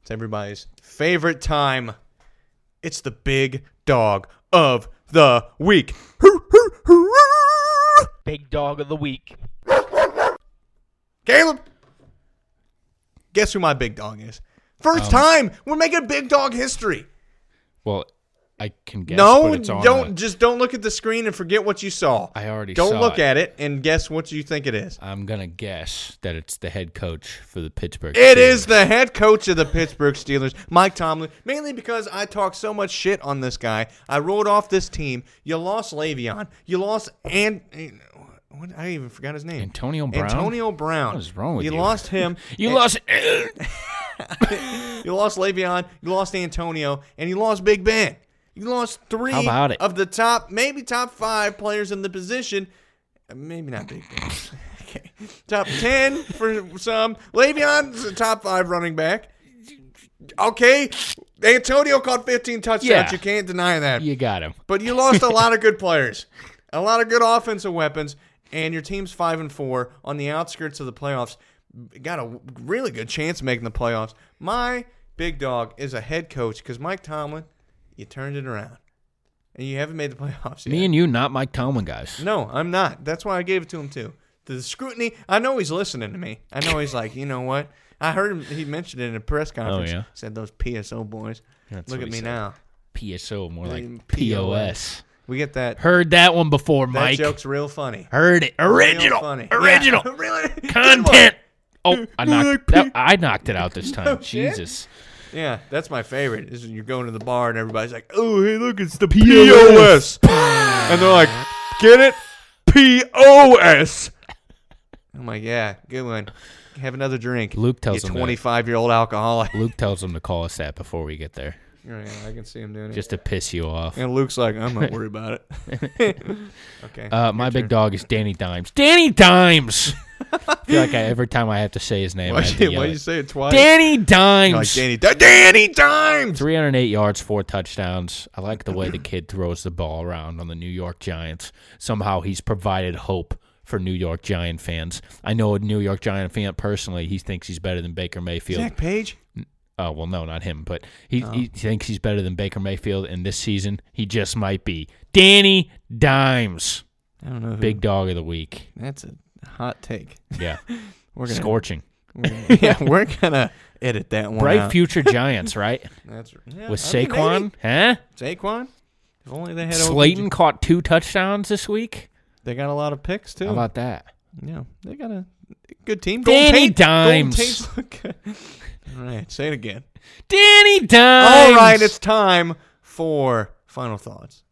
[SPEAKER 3] It's everybody's favorite time. It's the big dog of the week.
[SPEAKER 7] Big dog of the week.
[SPEAKER 3] Caleb, guess who my big dog is? First
[SPEAKER 4] Um,
[SPEAKER 3] time we're making big dog history.
[SPEAKER 4] Well, I can guess.
[SPEAKER 3] no,
[SPEAKER 4] but it's on
[SPEAKER 3] don't
[SPEAKER 4] the-
[SPEAKER 3] just don't look at the screen and forget what you saw.
[SPEAKER 4] I already
[SPEAKER 3] don't
[SPEAKER 4] saw
[SPEAKER 3] look
[SPEAKER 4] it.
[SPEAKER 3] at it and guess what you think it is.
[SPEAKER 4] I'm gonna guess that it's the head coach for the Pittsburgh.
[SPEAKER 3] It is
[SPEAKER 4] Steelers.
[SPEAKER 3] the head coach of the Pittsburgh Steelers, Mike Tomlin, mainly because I talked so much shit on this guy. I rolled off this team. You lost Le'Veon. You lost and. eh, what, I even forgot his name.
[SPEAKER 4] Antonio Brown?
[SPEAKER 3] Antonio Brown.
[SPEAKER 4] What is wrong with
[SPEAKER 3] you?
[SPEAKER 4] you?
[SPEAKER 3] lost him.
[SPEAKER 4] You
[SPEAKER 3] and-
[SPEAKER 4] lost.
[SPEAKER 3] You lost Le'Veon. You lost Antonio, and you lost Big Ben. You lost three
[SPEAKER 4] How about it?
[SPEAKER 3] of the top, maybe top five players in the position. Uh, Maybe not Big Ben. okay, top ten for some. Le'Veon's a top five running back. Okay, Antonio caught 15 touchdowns.
[SPEAKER 4] Yeah.
[SPEAKER 3] You can't deny that.
[SPEAKER 4] you got him.
[SPEAKER 3] But you lost a lot of good players, a lot of good offensive weapons, and your team's five and four on the outskirts of the playoffs. Got a really good chance of making the playoffs. My big dog is a head coach because Mike Tomlin, you turned it around, and you haven't made the playoffs yet.
[SPEAKER 4] Me and you, not Mike Tomlin guys.
[SPEAKER 3] no, I'm not. That's why I gave it to him too. The scrutiny. I know he's listening to me. I know he's like, you know what? I heard him. He mentioned it in a press conference.
[SPEAKER 4] Oh, yeah?
[SPEAKER 3] Said those PSO boys.
[SPEAKER 4] That's
[SPEAKER 3] Look
[SPEAKER 4] what
[SPEAKER 3] at
[SPEAKER 4] he
[SPEAKER 3] me
[SPEAKER 4] said.
[SPEAKER 3] now.
[SPEAKER 4] PSO, more
[SPEAKER 3] Mm,
[SPEAKER 4] like
[SPEAKER 3] POS.
[SPEAKER 4] POS.
[SPEAKER 3] We get that.
[SPEAKER 4] Heard that one before,
[SPEAKER 3] that
[SPEAKER 4] Mike.
[SPEAKER 3] joke's real funny.
[SPEAKER 4] Heard it.
[SPEAKER 3] Real
[SPEAKER 4] Original.
[SPEAKER 3] funny.
[SPEAKER 4] Original.
[SPEAKER 3] Yeah, really good one.
[SPEAKER 4] Content. Oh, I
[SPEAKER 3] Like
[SPEAKER 4] knocked.
[SPEAKER 3] P-
[SPEAKER 4] That, I knocked it out this time.
[SPEAKER 3] Oh, shit.
[SPEAKER 4] Jesus.
[SPEAKER 3] Yeah, that's my favorite. Is when you're going to the bar and everybody's like, "Oh, hey, look, it's the POS," and they're like, "Get it, POS." I'm like, "Yeah, good one. Have another drink."
[SPEAKER 4] Luke tells
[SPEAKER 3] you
[SPEAKER 4] him that.
[SPEAKER 3] 25 year old alcoholic.
[SPEAKER 4] Luke tells him to call us that before we get there,
[SPEAKER 3] Yeah, I can see him doing it.
[SPEAKER 4] just to piss you off.
[SPEAKER 3] and Luke's like, "I'm not worried about it." okay.
[SPEAKER 4] Uh, my big dog is Danny Dimes. Danny Dimes. I feel like I, every time I have to say his name, I
[SPEAKER 3] Why
[SPEAKER 4] have to
[SPEAKER 3] you,
[SPEAKER 4] yell
[SPEAKER 3] why
[SPEAKER 4] it.
[SPEAKER 3] you say it twice?
[SPEAKER 4] Danny
[SPEAKER 3] You're
[SPEAKER 4] Dimes.
[SPEAKER 3] Like Danny, Di- Danny Dimes.
[SPEAKER 4] 308 yards, four touchdowns. I like the way the kid throws the ball around on the New York Giants. Somehow he's provided hope for New York Giant fans. I know a New York Giant fan personally. He thinks he's better than Baker Mayfield.
[SPEAKER 3] Zach Page.
[SPEAKER 4] Oh well, no, not him, but he, he
[SPEAKER 3] Oh.
[SPEAKER 4] thinks he's better than Baker Mayfield. And this season, he just might be. Danny Dimes,
[SPEAKER 3] I don't know. Who.
[SPEAKER 4] big dog of the week.
[SPEAKER 3] That's a hot take.
[SPEAKER 4] Yeah,
[SPEAKER 3] We're gonna.
[SPEAKER 4] scorching.
[SPEAKER 3] we're gonna- yeah, we're gonna edit that one.
[SPEAKER 4] Bright
[SPEAKER 3] out.
[SPEAKER 4] future Giants, right?
[SPEAKER 3] That's yeah,
[SPEAKER 4] With
[SPEAKER 3] I mean,
[SPEAKER 4] Saquon,
[SPEAKER 3] maybe.
[SPEAKER 4] huh?
[SPEAKER 3] Saquon. If only they had OBJ.
[SPEAKER 4] Slayton caught two touchdowns this week.
[SPEAKER 3] They got a lot of picks too.
[SPEAKER 4] How about that?
[SPEAKER 3] Yeah, they got a good team. Golden
[SPEAKER 4] Danny
[SPEAKER 3] Tate- Golden
[SPEAKER 4] Dimes.
[SPEAKER 3] Tate's look good. All right, say it again.
[SPEAKER 4] Danny Dimes.
[SPEAKER 3] All right, it's time for final thoughts.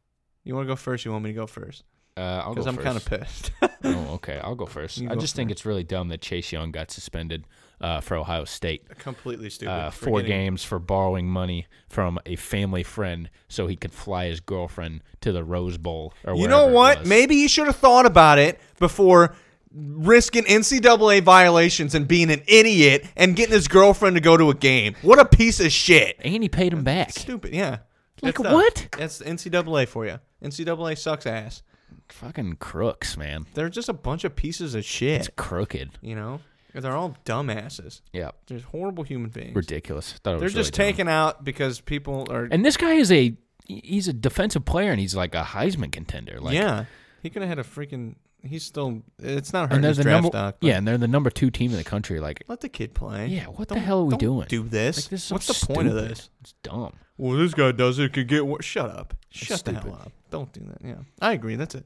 [SPEAKER 3] You want to go first? You want me to go first?
[SPEAKER 4] uh, I'll
[SPEAKER 3] Because
[SPEAKER 4] go
[SPEAKER 3] I'm
[SPEAKER 4] first.
[SPEAKER 3] kind of pissed.
[SPEAKER 4] Oh, okay. I'll go first.
[SPEAKER 3] You
[SPEAKER 4] I
[SPEAKER 3] go
[SPEAKER 4] just think
[SPEAKER 3] first.
[SPEAKER 4] it's really dumb that Chase Young got suspended uh, for Ohio State.
[SPEAKER 3] Completely stupid.
[SPEAKER 4] Uh,
[SPEAKER 3] for
[SPEAKER 4] four
[SPEAKER 3] getting-
[SPEAKER 4] games for borrowing money from a family friend so he could fly his girlfriend to the Rose Bowl. Or
[SPEAKER 3] You know
[SPEAKER 4] wherever it
[SPEAKER 3] what?
[SPEAKER 4] was.
[SPEAKER 3] Maybe you should have thought about it before risking NCAA violations and being an idiot and getting his girlfriend to go to a game. What a piece of shit!
[SPEAKER 4] and he paid him back.
[SPEAKER 3] Stupid. Yeah.
[SPEAKER 4] Like
[SPEAKER 3] That's dumb.
[SPEAKER 4] what?
[SPEAKER 3] That's NCAA for you. NCAA sucks ass.
[SPEAKER 4] Fucking crooks, man.
[SPEAKER 3] They're just a bunch of pieces of shit.
[SPEAKER 4] It's crooked.
[SPEAKER 3] You know, they're all dumbasses.
[SPEAKER 4] Yeah,
[SPEAKER 3] They're just horrible human beings.
[SPEAKER 4] ridiculous. Thought it
[SPEAKER 3] They're
[SPEAKER 4] was
[SPEAKER 3] just
[SPEAKER 4] really dumb.
[SPEAKER 3] taken out because people are.
[SPEAKER 4] And this guy is a he's a defensive player and he's like a Heisman contender. Like
[SPEAKER 3] yeah, he could have had a freaking. He's still. It's not hurting
[SPEAKER 4] and they're
[SPEAKER 3] his
[SPEAKER 4] the
[SPEAKER 3] draft
[SPEAKER 4] number
[SPEAKER 3] stock. but
[SPEAKER 4] yeah, and they're the number two team in the country. Like,
[SPEAKER 3] let the kid play.
[SPEAKER 4] yeah, what the
[SPEAKER 3] Don't-
[SPEAKER 4] hell are we
[SPEAKER 3] don't
[SPEAKER 4] doing?
[SPEAKER 3] Do this.
[SPEAKER 4] Like, this is so
[SPEAKER 3] What's the point of
[SPEAKER 4] stupid.
[SPEAKER 3] this?
[SPEAKER 4] It's dumb.
[SPEAKER 3] Well, this guy does it. Could get. Wor-. Shut up. Shut the hell
[SPEAKER 4] stupid.
[SPEAKER 3] up. Don't do that. Yeah, I agree. That's it.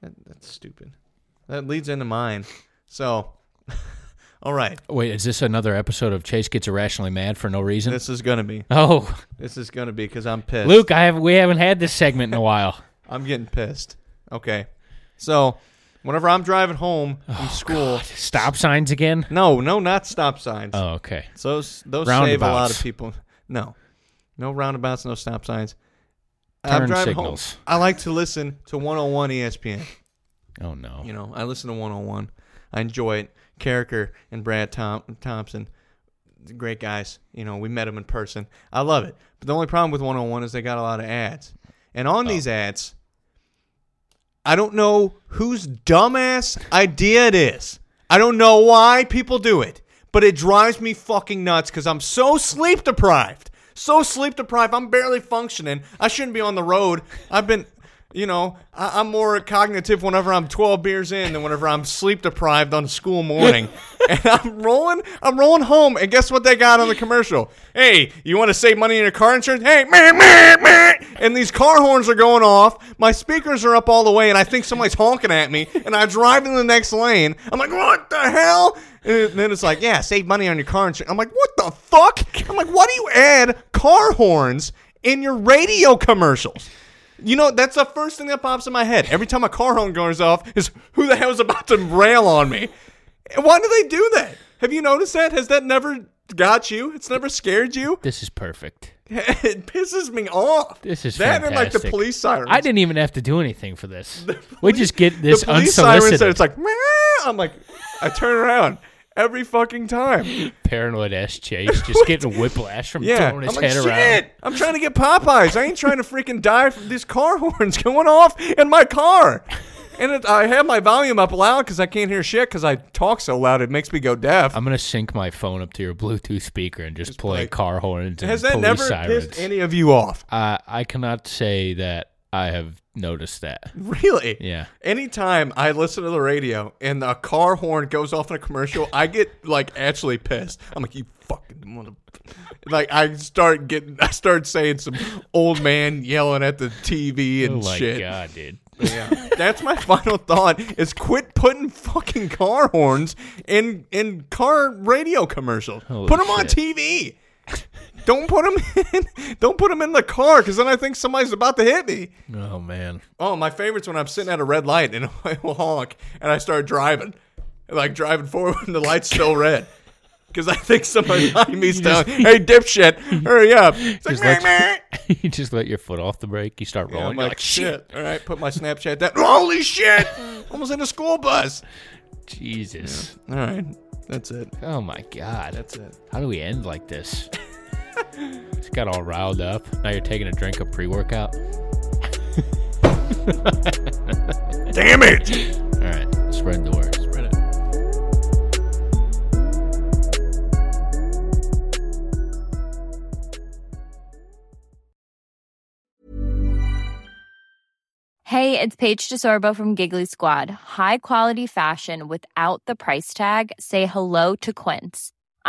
[SPEAKER 3] That, that's stupid. That leads into mine. So, all right.
[SPEAKER 4] Wait, is this another episode of Chase gets irrationally mad for no reason?
[SPEAKER 3] This is gonna be.
[SPEAKER 4] oh,
[SPEAKER 3] This is gonna be because I'm pissed.
[SPEAKER 4] Luke, I have we haven't had this segment in a while.
[SPEAKER 3] I'm getting pissed. Okay. So, whenever I'm driving home from school,
[SPEAKER 4] Stop signs again?
[SPEAKER 3] no, no, not stop signs.
[SPEAKER 4] Oh, okay.
[SPEAKER 3] So those those save a lot of
[SPEAKER 4] Roundabouts.
[SPEAKER 3] people. No, no roundabouts, no stop signs.
[SPEAKER 4] Turn
[SPEAKER 3] home.
[SPEAKER 4] signals.
[SPEAKER 3] I like to listen to 101 ESPN.
[SPEAKER 4] Oh no.
[SPEAKER 3] You know, I listen to 101. I enjoy it. Carricker and Brad Tom- Thompson, great guys. You know, we met them in person. I love it. But the only problem with 101 is they got a lot of ads. And on
[SPEAKER 4] Oh.
[SPEAKER 3] these ads, I don't know whose dumbass idea it is. I don't know why people do it, but it drives me fucking nuts because I'm so sleep deprived. So sleep deprived, I'm barely functioning. I shouldn't be on the road. I've been, you know, I, I'm more cognitive whenever I'm 12 beers in than whenever I'm sleep deprived on a school morning. and I'm rolling, I'm rolling home, and guess what they got on the commercial? Hey, you want to save money in your car insurance? Hey, meh, meh, meh. and these car horns are going off. My speakers are up all the way, and I think somebody's honking at me. And I drive in the next lane. I'm like, what the hell? And then it's like, yeah, save money on your car insurance. I'm like, what the fuck? I'm like, why do you add car horns in your radio commercials? You know, that's the first thing that pops in my head. Every time a car horn goes off, is who the hell is about to rail on me? And Why do they do that? Have you noticed that? Has that never got you? It's never scared you?
[SPEAKER 4] This is perfect.
[SPEAKER 3] it pisses me off.
[SPEAKER 4] This is
[SPEAKER 3] that
[SPEAKER 4] fantastic.
[SPEAKER 3] and like the police sirens.
[SPEAKER 4] I didn't even have to do anything for this. we just get this
[SPEAKER 3] the police
[SPEAKER 4] unsolicited.
[SPEAKER 3] sirens. that It's like "Meow." I'm like, I turn around every fucking time.
[SPEAKER 4] paranoid ass Chase just getting whiplash from
[SPEAKER 3] Yeah, I'm
[SPEAKER 4] throwing his
[SPEAKER 3] like,
[SPEAKER 4] head
[SPEAKER 3] shit.
[SPEAKER 4] around.
[SPEAKER 3] I'm trying to get Popeyes. I ain't trying to freaking die from these car horns going off in my car. And it, I have my volume up loud because I can't hear shit because I talk so loud it makes me go deaf.
[SPEAKER 4] I'm gonna sync my phone up to your Bluetooth speaker and just, play,
[SPEAKER 3] play-
[SPEAKER 4] car horns and
[SPEAKER 3] Has that
[SPEAKER 4] police
[SPEAKER 3] never
[SPEAKER 4] sirens.
[SPEAKER 3] pissed any of you off?
[SPEAKER 4] uh, I cannot say that I have noticed that.
[SPEAKER 3] Really?
[SPEAKER 4] Yeah.
[SPEAKER 3] Anytime I listen to the radio and a car horn goes off in a commercial, I get like actually pissed. I'm like, you fucking wanna like I start getting I start saying some old man yelling at the TV
[SPEAKER 4] Oh
[SPEAKER 3] and
[SPEAKER 4] my
[SPEAKER 3] shit.
[SPEAKER 4] god, dude!
[SPEAKER 3] Yeah. That's my final thought is quit putting fucking car horns in in car radio commercials. Put 'em
[SPEAKER 4] Holy
[SPEAKER 3] put them on
[SPEAKER 4] shit.
[SPEAKER 3] TV. Don't put them in don't put them in the car cuz then I think somebody's about to hit me.
[SPEAKER 4] Oh man,
[SPEAKER 3] Oh, my favorite's when I'm sitting at a red light and I will honk and I start driving, like driving forward and the light's still red. Because I think somebody behind me's telling, hey, dipshit, hurry up. It's like,
[SPEAKER 4] Just let-
[SPEAKER 3] "Meh, meh."
[SPEAKER 4] you just let your foot off the brake. You start
[SPEAKER 3] Yeah,
[SPEAKER 4] rolling.
[SPEAKER 3] I'm
[SPEAKER 4] You're
[SPEAKER 3] like, shit. All right, put my Snapchat down. Holy shit. Almost in a school bus.
[SPEAKER 4] Jesus.
[SPEAKER 3] All right. That's it.
[SPEAKER 4] Oh my God.
[SPEAKER 3] That's it.
[SPEAKER 4] How do we end like this? Just got all riled up. Now you're taking a drink of pre workout.
[SPEAKER 3] Damn it!
[SPEAKER 4] All right. Spread the word.
[SPEAKER 3] Spread it.
[SPEAKER 7] Hey, it's Paige DeSorbo from Giggly Squad. High quality fashion without the price tag. Say hello to Quince.